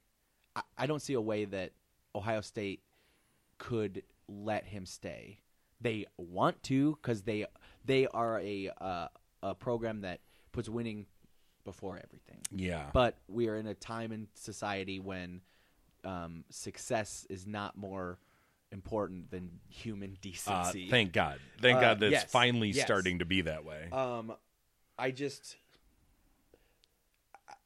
[SPEAKER 1] I, I don't see a way that Ohio State could let him stay. They want to because they they are a uh, a program that puts winning before everything.
[SPEAKER 2] yeah.
[SPEAKER 1] But we are in a time in society when um, success is not more important than human
[SPEAKER 2] Uh,
[SPEAKER 1] decency.
[SPEAKER 2] thank God. Thank
[SPEAKER 1] Uh,
[SPEAKER 2] God that's
[SPEAKER 1] yes,
[SPEAKER 2] finally
[SPEAKER 1] yes.
[SPEAKER 2] starting to be that way.
[SPEAKER 1] Um, I just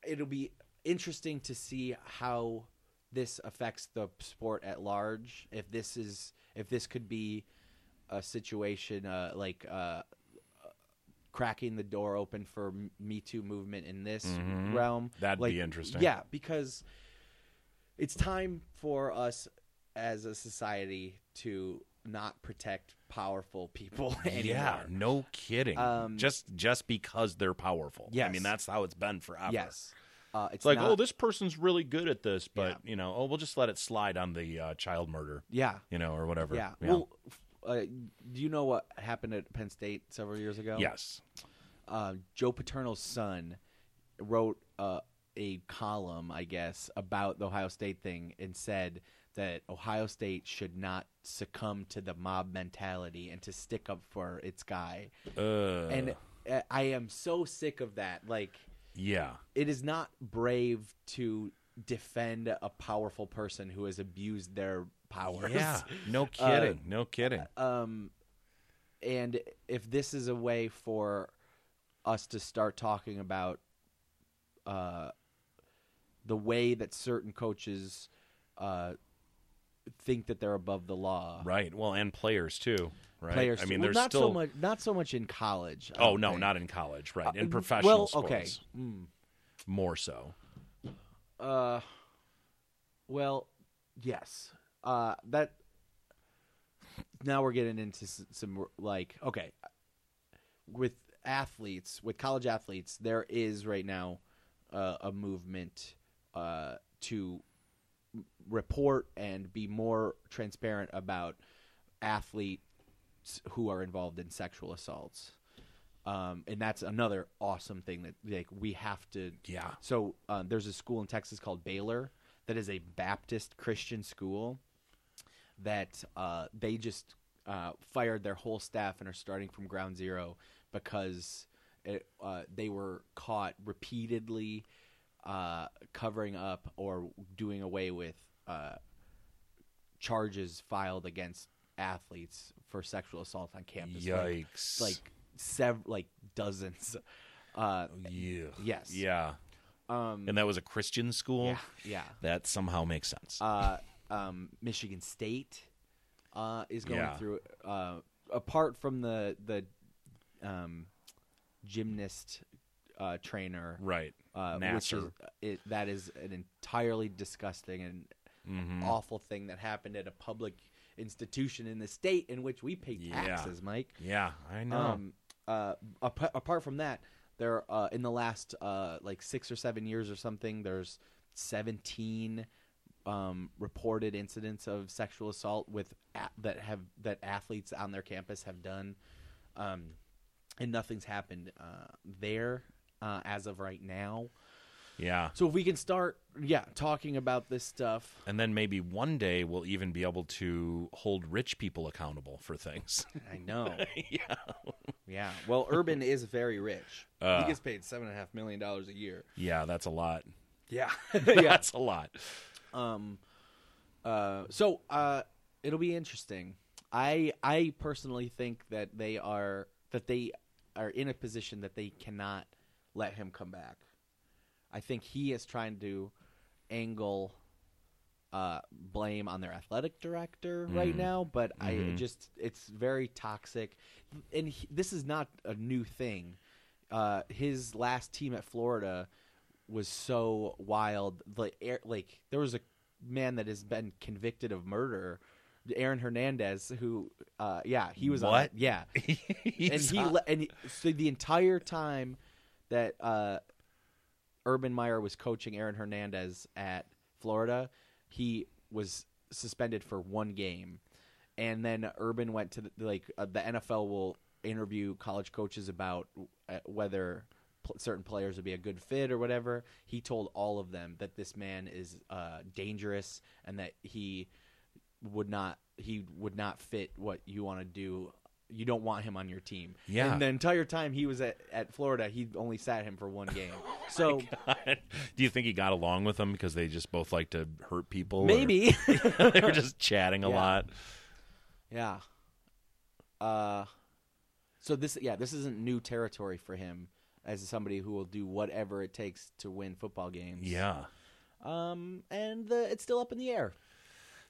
[SPEAKER 1] it'll be interesting to see how this affects the sport at large. If this is if this could be a situation uh, like uh, cracking the door open for M- Me Too movement in this
[SPEAKER 2] Mhm.
[SPEAKER 1] realm,
[SPEAKER 2] That'd
[SPEAKER 1] like,
[SPEAKER 2] be interesting.
[SPEAKER 1] Yeah, because it's time for us as a society to not protect powerful people anymore.
[SPEAKER 2] Yeah, no kidding.
[SPEAKER 1] Um,
[SPEAKER 2] just just because they're powerful. I
[SPEAKER 1] Yes.
[SPEAKER 2] mean that's how it's been forever.
[SPEAKER 1] Yes. Uh, it's
[SPEAKER 2] It's like,
[SPEAKER 1] not-
[SPEAKER 2] oh, this person's really good at this, but
[SPEAKER 1] Yeah.
[SPEAKER 2] you know, oh, we'll just let it slide on the uh, child murder,
[SPEAKER 1] yeah,
[SPEAKER 2] you know, or whatever.
[SPEAKER 1] yeah. Well, f- uh, do you know what happened at Penn State several years ago?
[SPEAKER 2] yes.
[SPEAKER 1] uh, Joe Paterno's son wrote uh, a column, I guess, about the Ohio State thing and said that Ohio State should not succumb to the mob mentality and to stick up for its guy.
[SPEAKER 2] Uh,
[SPEAKER 1] And uh, I am so sick of that. Like,
[SPEAKER 2] yeah,
[SPEAKER 1] it is not brave to defend a powerful person who has abused their powers.
[SPEAKER 2] yeah.
[SPEAKER 1] Uh,
[SPEAKER 2] No kidding. no kidding.
[SPEAKER 1] um, and if this is a way for us to start talking about uh, the way that certain coaches uh, think that they're above the law,
[SPEAKER 2] Right. Well, and players too. Right.
[SPEAKER 1] players.
[SPEAKER 2] I mean,
[SPEAKER 1] well,
[SPEAKER 2] there's
[SPEAKER 1] not
[SPEAKER 2] still.
[SPEAKER 1] so much, not so much in college. I
[SPEAKER 2] oh
[SPEAKER 1] don't
[SPEAKER 2] no,
[SPEAKER 1] think.
[SPEAKER 2] not in college. Right. In
[SPEAKER 1] Uh,
[SPEAKER 2] professional
[SPEAKER 1] well,
[SPEAKER 2] sports,
[SPEAKER 1] okay. Mm.
[SPEAKER 2] more so.
[SPEAKER 1] Uh, well, yes. Uh, that. Now we're getting into s- some like okay, with athletes, with college athletes, there is right now uh, a movement uh, to m- report and be more transparent about athletes who are involved in sexual assaults. Um, and that's another awesome thing that like we have to
[SPEAKER 2] Yeah.
[SPEAKER 1] so uh, there's a school in Texas called Baylor that is a Baptist Christian school that uh, they just uh, fired their whole staff and are starting from ground zero because it, uh, they were caught repeatedly uh, covering up or doing away with uh, charges filed against athletes for sexual assault on campus. Like,
[SPEAKER 2] Yikes.
[SPEAKER 1] like sev- like dozens. Uh,
[SPEAKER 2] Yeah.
[SPEAKER 1] yes.
[SPEAKER 2] Yeah.
[SPEAKER 1] Um,
[SPEAKER 2] And that was a Christian school.
[SPEAKER 1] yeah. Yeah.
[SPEAKER 2] That somehow makes sense.
[SPEAKER 1] uh, um, Michigan State uh, is going
[SPEAKER 2] Yeah.
[SPEAKER 1] through. Uh, apart from the the um, gymnast uh, trainer,
[SPEAKER 2] right.
[SPEAKER 1] uh, which is
[SPEAKER 2] Nasser.
[SPEAKER 1] it, that is an entirely disgusting and
[SPEAKER 2] Mhm.
[SPEAKER 1] awful thing that happened at a public institution in the state in which we pay
[SPEAKER 2] Yeah.
[SPEAKER 1] taxes, Mike.
[SPEAKER 2] Yeah, I know.
[SPEAKER 1] Um, uh, ap- apart from that, there uh, in the last uh, like six or seven years or something, there's 17 um, reported incidents of sexual assault with a- that have that athletes on their campus have done, um, and nothing's happened uh, there uh, as of right now.
[SPEAKER 2] yeah.
[SPEAKER 1] So if we can start, yeah, talking about this stuff.
[SPEAKER 2] And then maybe one day we'll even be able to hold rich people accountable for things.
[SPEAKER 1] I know.
[SPEAKER 2] yeah.
[SPEAKER 1] Yeah. Well, Urban is very rich.
[SPEAKER 2] Uh.
[SPEAKER 1] he gets paid seven and a half million dollars a year.
[SPEAKER 2] Yeah, that's a lot.
[SPEAKER 1] Yeah. yeah.
[SPEAKER 2] That's a lot.
[SPEAKER 1] Um, uh, so uh, it'll be interesting. I I personally think that they are that they are in a position that they cannot let him come back. I think he is trying to angle uh, blame on their athletic director right now, but I
[SPEAKER 2] Mhm.
[SPEAKER 1] just it's very toxic, and he, this is not a new thing. Uh, his last team at Florida was so wild. Like, air, like there was a man that has been convicted of murder, Aaron Hernandez, who, uh, yeah, he was on
[SPEAKER 2] What?
[SPEAKER 1] it. yeah, and he le- and he- so the entire time that uh, Urban Meyer was coaching Aaron Hernandez at Florida, he was suspended for one game, and then Urban went to the, like uh, the NFL will interview college coaches about uh, whether pl- certain players would be a good fit or whatever. He told all of them that this man is uh, dangerous and that he would not he would not fit what you want to do. You don't want him on your team.
[SPEAKER 2] Yeah.
[SPEAKER 1] And the entire time he was at, at Florida, he only sat him for one game. so
[SPEAKER 2] Do you think he got along with them because they just both like to hurt people? or-
[SPEAKER 1] maybe
[SPEAKER 2] they were just chatting a
[SPEAKER 1] Yeah.
[SPEAKER 2] lot.
[SPEAKER 1] Yeah. Uh so this yeah, this isn't new territory for him as somebody who will do whatever it takes to win football games.
[SPEAKER 2] Yeah.
[SPEAKER 1] Um and the, it's still up in the air.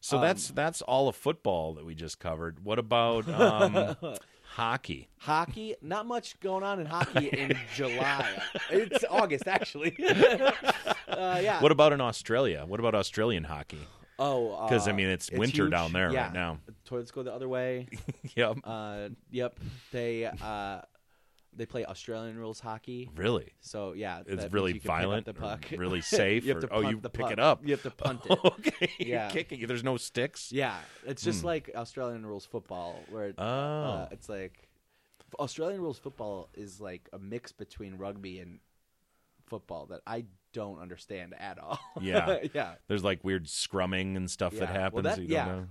[SPEAKER 2] So
[SPEAKER 1] Um,
[SPEAKER 2] that's that's all of football that we just covered. What about um, hockey?
[SPEAKER 1] Hockey, not much going on in hockey in July. It's August actually. uh, yeah.
[SPEAKER 2] What about in Australia? What about Australian hockey?
[SPEAKER 1] oh, uh,
[SPEAKER 2] 'Cause, I mean, it's winter
[SPEAKER 1] huge.
[SPEAKER 2] down there right
[SPEAKER 1] Yeah.
[SPEAKER 2] now.
[SPEAKER 1] Toilets go the other way.
[SPEAKER 2] yep.
[SPEAKER 1] Uh, yep. They uh, They play Australian rules hockey.
[SPEAKER 2] Really?
[SPEAKER 1] So yeah, that
[SPEAKER 2] It's
[SPEAKER 1] means
[SPEAKER 2] really
[SPEAKER 1] you can pick up
[SPEAKER 2] violent,
[SPEAKER 1] The
[SPEAKER 2] or
[SPEAKER 1] puck.
[SPEAKER 2] really safe,
[SPEAKER 1] you have
[SPEAKER 2] or-
[SPEAKER 1] to
[SPEAKER 2] oh,
[SPEAKER 1] punt
[SPEAKER 2] you
[SPEAKER 1] the
[SPEAKER 2] pick
[SPEAKER 1] puck.
[SPEAKER 2] it up.
[SPEAKER 1] You have to punt it.
[SPEAKER 2] okay.
[SPEAKER 1] Yeah.
[SPEAKER 2] You're kicking. There's no sticks.
[SPEAKER 1] Yeah, it's just like Australian rules football, where
[SPEAKER 2] Hmm. Oh.
[SPEAKER 1] uh, it's like Australian rules football is like a mix between rugby and football that I don't understand at all.
[SPEAKER 2] Yeah.
[SPEAKER 1] yeah,
[SPEAKER 2] There's like weird scrumming and stuff
[SPEAKER 1] Yeah.
[SPEAKER 2] that
[SPEAKER 1] Well,
[SPEAKER 2] happens.
[SPEAKER 1] that-
[SPEAKER 2] you
[SPEAKER 1] yeah.
[SPEAKER 2] don't know.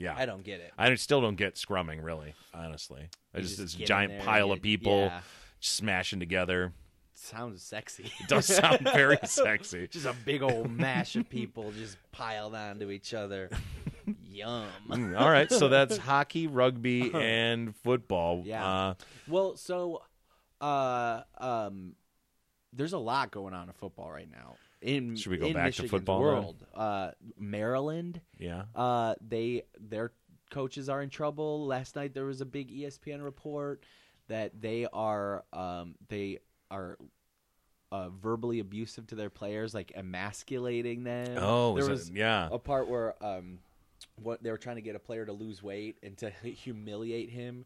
[SPEAKER 2] Yeah.
[SPEAKER 1] I don't get it.
[SPEAKER 2] I still don't get scrumming, really, honestly. I
[SPEAKER 1] You
[SPEAKER 2] just,
[SPEAKER 1] just
[SPEAKER 2] it's
[SPEAKER 1] get
[SPEAKER 2] a
[SPEAKER 1] in
[SPEAKER 2] giant
[SPEAKER 1] there
[SPEAKER 2] pile
[SPEAKER 1] and
[SPEAKER 2] of
[SPEAKER 1] you-
[SPEAKER 2] people
[SPEAKER 1] yeah.
[SPEAKER 2] smashing together.
[SPEAKER 1] Sounds sexy.
[SPEAKER 2] It does sound very sexy.
[SPEAKER 1] just a big old mash of people just piled onto each other. Yum.
[SPEAKER 2] Mm, All right, so that's hockey, rugby, and football.
[SPEAKER 1] Yeah.
[SPEAKER 2] Uh,
[SPEAKER 1] Well, so uh um there's a lot going on in football right now. In
[SPEAKER 2] Should we go
[SPEAKER 1] in
[SPEAKER 2] back to
[SPEAKER 1] Michigan's
[SPEAKER 2] football, then?
[SPEAKER 1] world? Uh Maryland,
[SPEAKER 2] yeah.
[SPEAKER 1] uh they their coaches are in trouble. Last night there was a big E ESPN report that they are um they are uh, verbally abusive to their players, like emasculating them.
[SPEAKER 2] Oh,
[SPEAKER 1] there
[SPEAKER 2] is
[SPEAKER 1] was
[SPEAKER 2] it- yeah.
[SPEAKER 1] a part where um, what they were trying to get a player to lose weight and to humiliate him.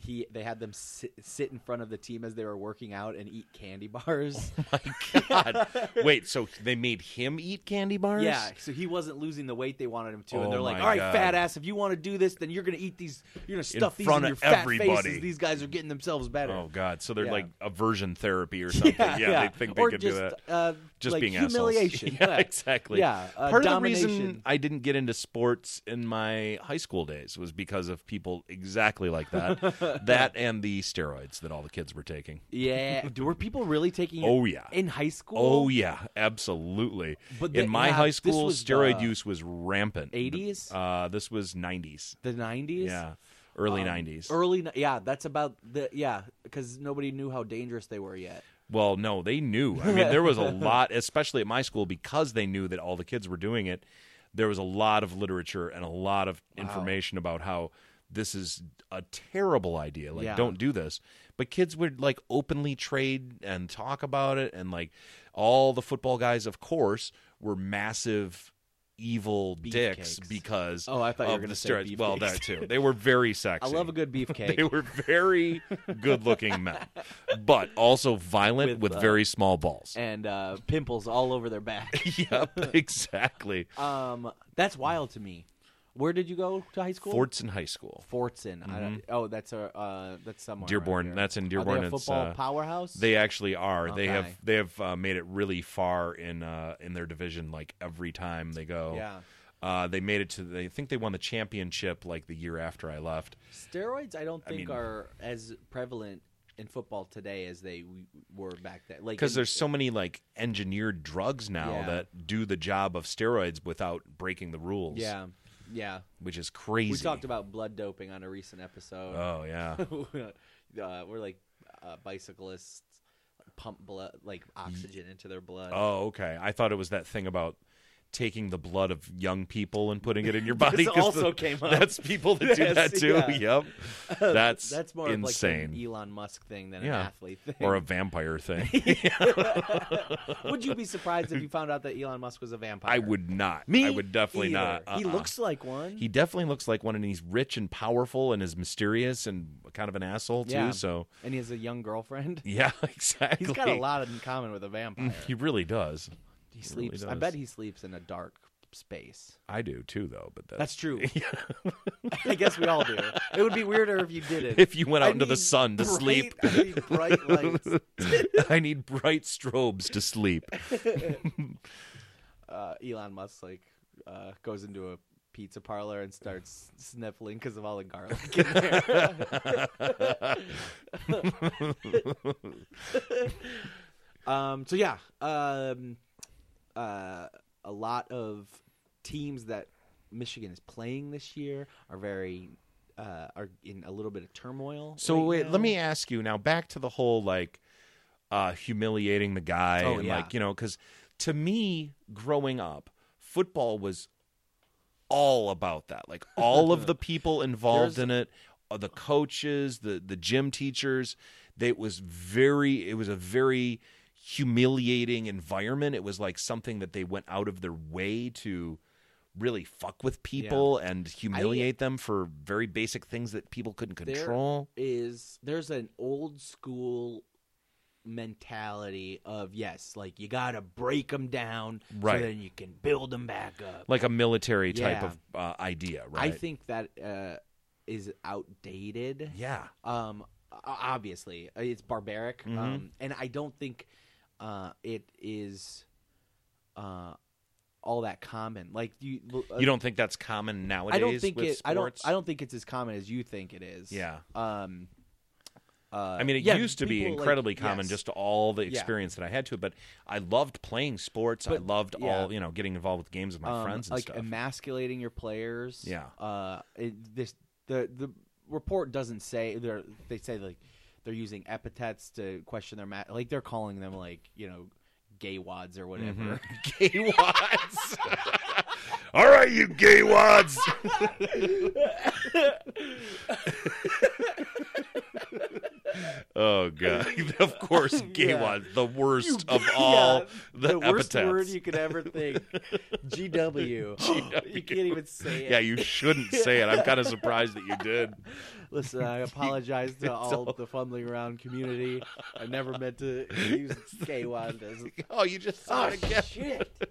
[SPEAKER 1] He they had them sit, sit in front of the team as they were working out and eat candy bars.
[SPEAKER 2] Oh My God. Wait, so they made him eat candy bars?
[SPEAKER 1] yeah, so he wasn't losing the weight they wanted him to, and
[SPEAKER 2] Oh
[SPEAKER 1] they're like,
[SPEAKER 2] my
[SPEAKER 1] "All right,
[SPEAKER 2] God.
[SPEAKER 1] fat ass, if you want to do this, then you're gonna eat these. You're gonna stuff these
[SPEAKER 2] front
[SPEAKER 1] in your
[SPEAKER 2] of
[SPEAKER 1] fat
[SPEAKER 2] everybody.
[SPEAKER 1] faces. These guys are getting themselves better."
[SPEAKER 2] Oh God! So they're
[SPEAKER 1] Yeah.
[SPEAKER 2] like aversion therapy or something. Yeah, they think they
[SPEAKER 1] or
[SPEAKER 2] can
[SPEAKER 1] just,
[SPEAKER 2] do that.
[SPEAKER 1] Uh,
[SPEAKER 2] Just
[SPEAKER 1] like
[SPEAKER 2] being assholes.
[SPEAKER 1] humiliation.
[SPEAKER 2] Yeah, exactly.
[SPEAKER 1] Yeah, uh,
[SPEAKER 2] Part
[SPEAKER 1] domination.
[SPEAKER 2] of the reason I didn't get into sports in my high school days was because of people exactly like that. that and the steroids that all the kids were taking.
[SPEAKER 1] Yeah, were people really taking? it
[SPEAKER 2] Oh, yeah.
[SPEAKER 1] in high school.
[SPEAKER 2] Oh yeah, absolutely.
[SPEAKER 1] But the-
[SPEAKER 2] in my
[SPEAKER 1] yeah,
[SPEAKER 2] high
[SPEAKER 1] this
[SPEAKER 2] school,
[SPEAKER 1] was
[SPEAKER 2] steroid
[SPEAKER 1] the
[SPEAKER 2] use was rampant.
[SPEAKER 1] 80s?
[SPEAKER 2] Uh, this was nineties.
[SPEAKER 1] the nineties.
[SPEAKER 2] Yeah, early
[SPEAKER 1] Um,
[SPEAKER 2] nineties.
[SPEAKER 1] Early, ni- yeah, that's about the yeah, because nobody knew how dangerous they were yet.
[SPEAKER 2] Well, no, they knew. I mean, there was a lot, especially at my school, because they knew that all the kids were doing it. There was a lot of literature and a lot of information about how this is a terrible idea. Like,
[SPEAKER 1] Yeah.
[SPEAKER 2] don't do this. But kids would like openly trade and talk about it. And like, all the football guys, of course, were massive evil dicks
[SPEAKER 1] Beefcakes.
[SPEAKER 2] because
[SPEAKER 1] Oh, I thought you
[SPEAKER 2] of
[SPEAKER 1] were gonna
[SPEAKER 2] the
[SPEAKER 1] say
[SPEAKER 2] steroids. Well,
[SPEAKER 1] beefcakes.
[SPEAKER 2] that too. They were very sexy.
[SPEAKER 1] I love a good
[SPEAKER 2] They
[SPEAKER 1] beefcake.
[SPEAKER 2] were very good looking men, but also violent with,
[SPEAKER 1] With, uh,
[SPEAKER 2] very small balls.
[SPEAKER 1] and uh, pimples all over their back.
[SPEAKER 2] yep, exactly.
[SPEAKER 1] Um, that's wild to me. Where did you go to high school?
[SPEAKER 2] Forts in high school.
[SPEAKER 1] Fortson. I don't, oh, that's a uh, that's somewhere. around
[SPEAKER 2] Dearborn.
[SPEAKER 1] here.
[SPEAKER 2] That's in
[SPEAKER 1] Are
[SPEAKER 2] Dearborn.
[SPEAKER 1] they a
[SPEAKER 2] It's,
[SPEAKER 1] football
[SPEAKER 2] uh,
[SPEAKER 1] powerhouse.
[SPEAKER 2] They actually are. They have
[SPEAKER 1] Okay.
[SPEAKER 2] they have uh, made it really far in uh, in their division. Like every time they go,
[SPEAKER 1] Yeah.
[SPEAKER 2] Uh, they made it to. They think they won the championship like the year after I left.
[SPEAKER 1] steroids. I don't think
[SPEAKER 2] mean-
[SPEAKER 1] are as prevalent in football today as they w- were back then. Like
[SPEAKER 2] because
[SPEAKER 1] in-
[SPEAKER 2] there's so many like engineered drugs now
[SPEAKER 1] Yeah.
[SPEAKER 2] that do the job of steroids without breaking the rules.
[SPEAKER 1] yeah, yeah.
[SPEAKER 2] which is crazy.
[SPEAKER 1] We talked about blood doping on a recent episode.
[SPEAKER 2] Oh yeah.
[SPEAKER 1] uh, we're like uh, bicyclists pump blood like oxygen into their blood.
[SPEAKER 2] Oh, okay. I thought it was that thing about taking the blood of young people and putting it in your body. 'cause
[SPEAKER 1] also
[SPEAKER 2] the-
[SPEAKER 1] came up.
[SPEAKER 2] That's people that do
[SPEAKER 1] Yes,
[SPEAKER 2] that too.
[SPEAKER 1] yeah.
[SPEAKER 2] Yep. That's
[SPEAKER 1] that's more of
[SPEAKER 2] insane.
[SPEAKER 1] like an Elon Musk thing than
[SPEAKER 2] Yeah.
[SPEAKER 1] an athlete thing.
[SPEAKER 2] or a vampire thing.
[SPEAKER 1] would you be surprised if you found out that Elon Musk was a vampire?
[SPEAKER 2] I would not.
[SPEAKER 1] Me
[SPEAKER 2] I would definitely
[SPEAKER 1] either.
[SPEAKER 2] not. Uh-uh.
[SPEAKER 1] He looks like one.
[SPEAKER 2] He definitely looks like one, and he's rich and powerful, and is mysterious and kind of an asshole too.
[SPEAKER 1] Yeah.
[SPEAKER 2] So
[SPEAKER 1] and he has a young girlfriend.
[SPEAKER 2] yeah, exactly. Mm,
[SPEAKER 1] He's got a lot in common with a vampire.
[SPEAKER 2] He really does.
[SPEAKER 1] He sleeps. I
[SPEAKER 2] does.
[SPEAKER 1] bet he sleeps in a dark space.
[SPEAKER 2] I do too, though. But that's,
[SPEAKER 1] That's true. I guess we all do. It would be weirder if you didn't.
[SPEAKER 2] if you went out
[SPEAKER 1] I
[SPEAKER 2] into the
[SPEAKER 1] need
[SPEAKER 2] sun to
[SPEAKER 1] bright-
[SPEAKER 2] sleep.
[SPEAKER 1] I need bright lights.
[SPEAKER 2] I need bright strobes to sleep.
[SPEAKER 1] Uh, Elon Musk like uh, goes into a pizza parlor and starts sniffling because of all the garlic in there. um, so yeah, um, uh, a lot of teams that Michigan is playing this year are very uh, are in a little bit of turmoil.
[SPEAKER 2] So
[SPEAKER 1] right
[SPEAKER 2] wait,
[SPEAKER 1] now.
[SPEAKER 2] let me ask you now. Back to the whole like uh, humiliating the guy
[SPEAKER 1] Oh,
[SPEAKER 2] and
[SPEAKER 1] yeah.
[SPEAKER 2] like you know because to me growing up, football was all about that. Like all of the people involved
[SPEAKER 1] There's-
[SPEAKER 2] in it, uh, the coaches, the the gym teachers. They, it was very. It was a very humiliating environment. It was like something that they went out of their way to really fuck with people and humiliate them for very basic things that people couldn't
[SPEAKER 1] There
[SPEAKER 2] control.
[SPEAKER 1] is there's an old school mentality of yes, like you gotta break them down
[SPEAKER 2] Right.
[SPEAKER 1] so then you can build them back up.
[SPEAKER 2] Like a military type
[SPEAKER 1] Yeah.
[SPEAKER 2] of uh, idea, right?
[SPEAKER 1] I think that uh, is outdated.
[SPEAKER 2] yeah.
[SPEAKER 1] Um, o- obviously Uh, it's barbaric.
[SPEAKER 2] Mm-hmm.
[SPEAKER 1] Um, and I don't think uh it is uh all that common. Like you, uh,
[SPEAKER 2] You don't think that's common nowadays?
[SPEAKER 1] I don't think
[SPEAKER 2] with
[SPEAKER 1] it. I don't.
[SPEAKER 2] sports?
[SPEAKER 1] I don't think it's as common as you think it is.
[SPEAKER 2] Yeah.
[SPEAKER 1] Um. Uh,
[SPEAKER 2] I mean, it
[SPEAKER 1] yeah,
[SPEAKER 2] used to be
[SPEAKER 1] people, like-
[SPEAKER 2] incredibly common
[SPEAKER 1] yes.
[SPEAKER 2] just to all the experience that I had to, it, but I loved playing sports. I
[SPEAKER 1] But,
[SPEAKER 2] loved
[SPEAKER 1] yeah.
[SPEAKER 2] all, you know, getting involved with games with my
[SPEAKER 1] um,
[SPEAKER 2] friends and
[SPEAKER 1] like
[SPEAKER 2] stuff.
[SPEAKER 1] emasculating your players.
[SPEAKER 2] Yeah.
[SPEAKER 1] Uh, it, this the the report doesn't say they're they say like they're using epithets to question their ma- like they're calling them like you know gay wads or whatever.
[SPEAKER 2] Mm-hmm. gay wads. all right, you gay wads. oh god! of course, gay
[SPEAKER 1] Yeah.
[SPEAKER 2] wads, the worst of all
[SPEAKER 1] Yeah,
[SPEAKER 2] the,
[SPEAKER 1] worst
[SPEAKER 2] epithets.
[SPEAKER 1] word you could ever think. GW. You can't even say it.
[SPEAKER 2] yeah, you shouldn't say it. I'm kind of surprised that you did.
[SPEAKER 1] Listen, I apologize to all the fumbling around community. I never meant to use gay wand as
[SPEAKER 2] Oh, you just saw
[SPEAKER 1] Oh,
[SPEAKER 2] it again.
[SPEAKER 1] shit.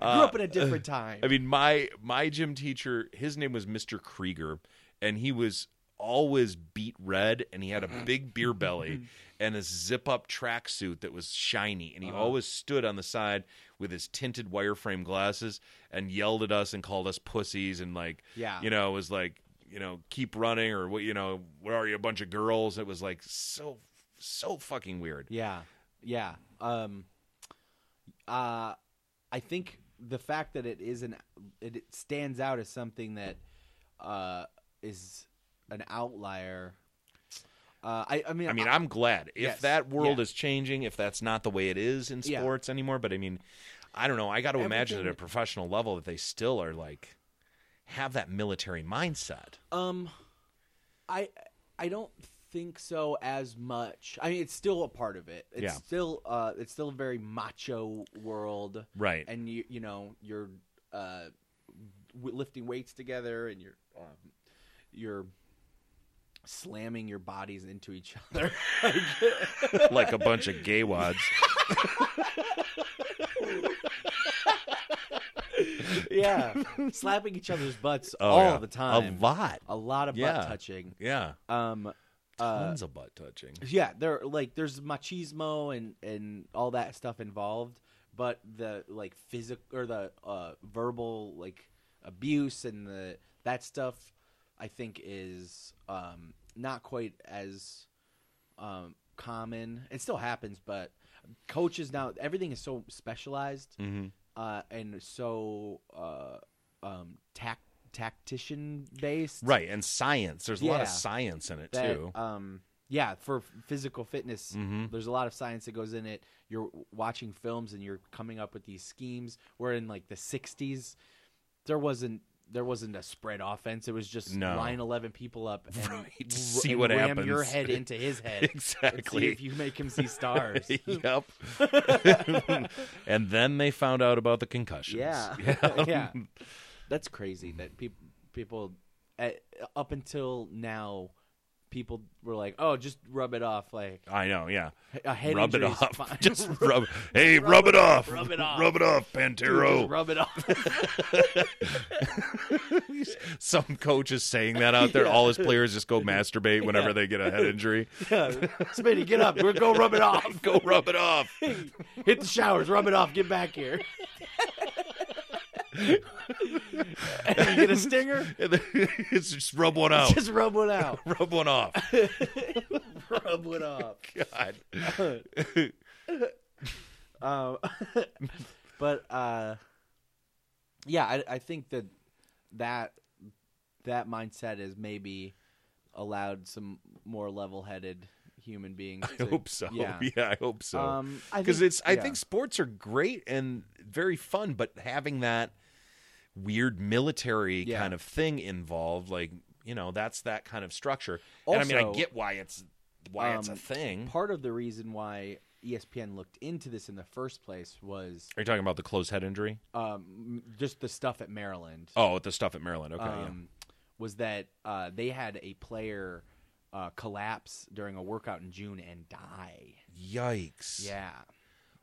[SPEAKER 1] I
[SPEAKER 2] Uh,
[SPEAKER 1] grew up in a different time.
[SPEAKER 2] I mean, my my gym teacher, his name was Mr. Krieger, and he was always beat red, and he had a big beer belly and a zip up tracksuit that was shiny, and he always stood on the side with his tinted wireframe glasses and yelled at us and called us pussies and like,
[SPEAKER 1] Yeah.
[SPEAKER 2] you know, was like, you know, keep running or what, you know, what are you, a bunch of girls? It was like so so fucking weird.
[SPEAKER 1] yeah. Yeah. Um uh I think the fact that it is an it it stands out as something that uh is an outlier. Uh I I mean
[SPEAKER 2] I mean, I'm glad if
[SPEAKER 1] Yes.
[SPEAKER 2] that world
[SPEAKER 1] Yeah.
[SPEAKER 2] is changing, if that's not the way it is in
[SPEAKER 1] Yeah.
[SPEAKER 2] sports anymore. But I mean, I don't know. I got to imagine at a
[SPEAKER 1] Everything-
[SPEAKER 2] professional level that they still are like have that military mindset.
[SPEAKER 1] Um, I I don't think so as much. I mean, it's still a part of it. It's
[SPEAKER 2] Yeah.
[SPEAKER 1] still uh, it's still a very macho world,
[SPEAKER 2] Right.
[SPEAKER 1] And you you know you're uh, w- lifting weights together, and you're um, you're slamming your bodies into each other.
[SPEAKER 2] like a bunch of gay wads.
[SPEAKER 1] yeah, slapping each other's butts
[SPEAKER 2] Oh,
[SPEAKER 1] all
[SPEAKER 2] yeah.
[SPEAKER 1] the time.
[SPEAKER 2] A lot.
[SPEAKER 1] a lot of
[SPEAKER 2] Yeah.
[SPEAKER 1] butt touching.
[SPEAKER 2] Yeah.
[SPEAKER 1] Um, uh,
[SPEAKER 2] Tons of butt touching.
[SPEAKER 1] Yeah, there like there's machismo and and all that stuff involved, but the like physical or the uh, verbal like abuse and the that stuff, I think is um, not quite as um, common. It still happens, but coaches now everything is so specialized
[SPEAKER 2] Mm-hmm.
[SPEAKER 1] uh, and so uh, um, tac tactician based,
[SPEAKER 2] Right. And science. There's a lot of
[SPEAKER 1] Yeah.
[SPEAKER 2] science in it
[SPEAKER 1] that,
[SPEAKER 2] too. Mm-hmm.
[SPEAKER 1] Um, yeah, for f- physical fitness, there's a lot of science that goes in it. You're w- watching films and you're coming up with these schemes. Where in like the '60s, there wasn't there wasn't a spread offense. It was just
[SPEAKER 2] No.
[SPEAKER 1] line eleven people up and
[SPEAKER 2] Right,
[SPEAKER 1] r-
[SPEAKER 2] see
[SPEAKER 1] and
[SPEAKER 2] what
[SPEAKER 1] ram Your
[SPEAKER 2] happens.
[SPEAKER 1] head into his head. and
[SPEAKER 2] Exactly.
[SPEAKER 1] see if you make him see stars.
[SPEAKER 2] yep. and then they found out about the concussions.
[SPEAKER 1] Yeah, yeah. That's crazy that people people uh, up until now people were like, "Oh, just rub it off." Like
[SPEAKER 2] I know. Yeah.
[SPEAKER 1] a head
[SPEAKER 2] rub it
[SPEAKER 1] injury is
[SPEAKER 2] off.
[SPEAKER 1] fine.
[SPEAKER 2] Just rub. Hey, rub, it off. Rub it off. Rub it off,
[SPEAKER 1] Just
[SPEAKER 2] Pantero.
[SPEAKER 1] rub it off.
[SPEAKER 2] Some coach is saying that out there.
[SPEAKER 1] Yeah.
[SPEAKER 2] All his players just go masturbate whenever
[SPEAKER 1] Yeah.
[SPEAKER 2] they get a head injury.
[SPEAKER 1] Yeah. Smitty, get up. We're go rub it off.
[SPEAKER 2] go rub it off.
[SPEAKER 1] Hit the showers, rub it off, get back here. and you get a stinger,
[SPEAKER 2] it's just rub one out.
[SPEAKER 1] just rub one out.
[SPEAKER 2] Rub one off.
[SPEAKER 1] rub one off.
[SPEAKER 2] God.
[SPEAKER 1] Um, but uh, yeah, I, I think that that that mindset has maybe allowed some more level-headed human beings.
[SPEAKER 2] I
[SPEAKER 1] to-
[SPEAKER 2] hope so. Yeah,
[SPEAKER 1] Yeah.
[SPEAKER 2] I hope so.
[SPEAKER 1] Um, I
[SPEAKER 2] because
[SPEAKER 1] think-
[SPEAKER 2] it's I
[SPEAKER 1] yeah.
[SPEAKER 2] think sports are great and very fun, but having that weird military
[SPEAKER 1] Yeah.
[SPEAKER 2] kind of thing involved, like you know, that's that kind of structure. and I mean, I
[SPEAKER 1] Also,
[SPEAKER 2] get why it's why it's a
[SPEAKER 1] um,
[SPEAKER 2] thing.
[SPEAKER 1] part of the reason why E ESPN looked into this in the first place was
[SPEAKER 2] Are you talking about the closed head injury?
[SPEAKER 1] um, just the stuff at Maryland.
[SPEAKER 2] Oh, the stuff at Maryland. Okay,
[SPEAKER 1] um, was that uh, they had a player uh, collapse during a workout in June and die.
[SPEAKER 2] yeah. Yikes.
[SPEAKER 1] Yeah,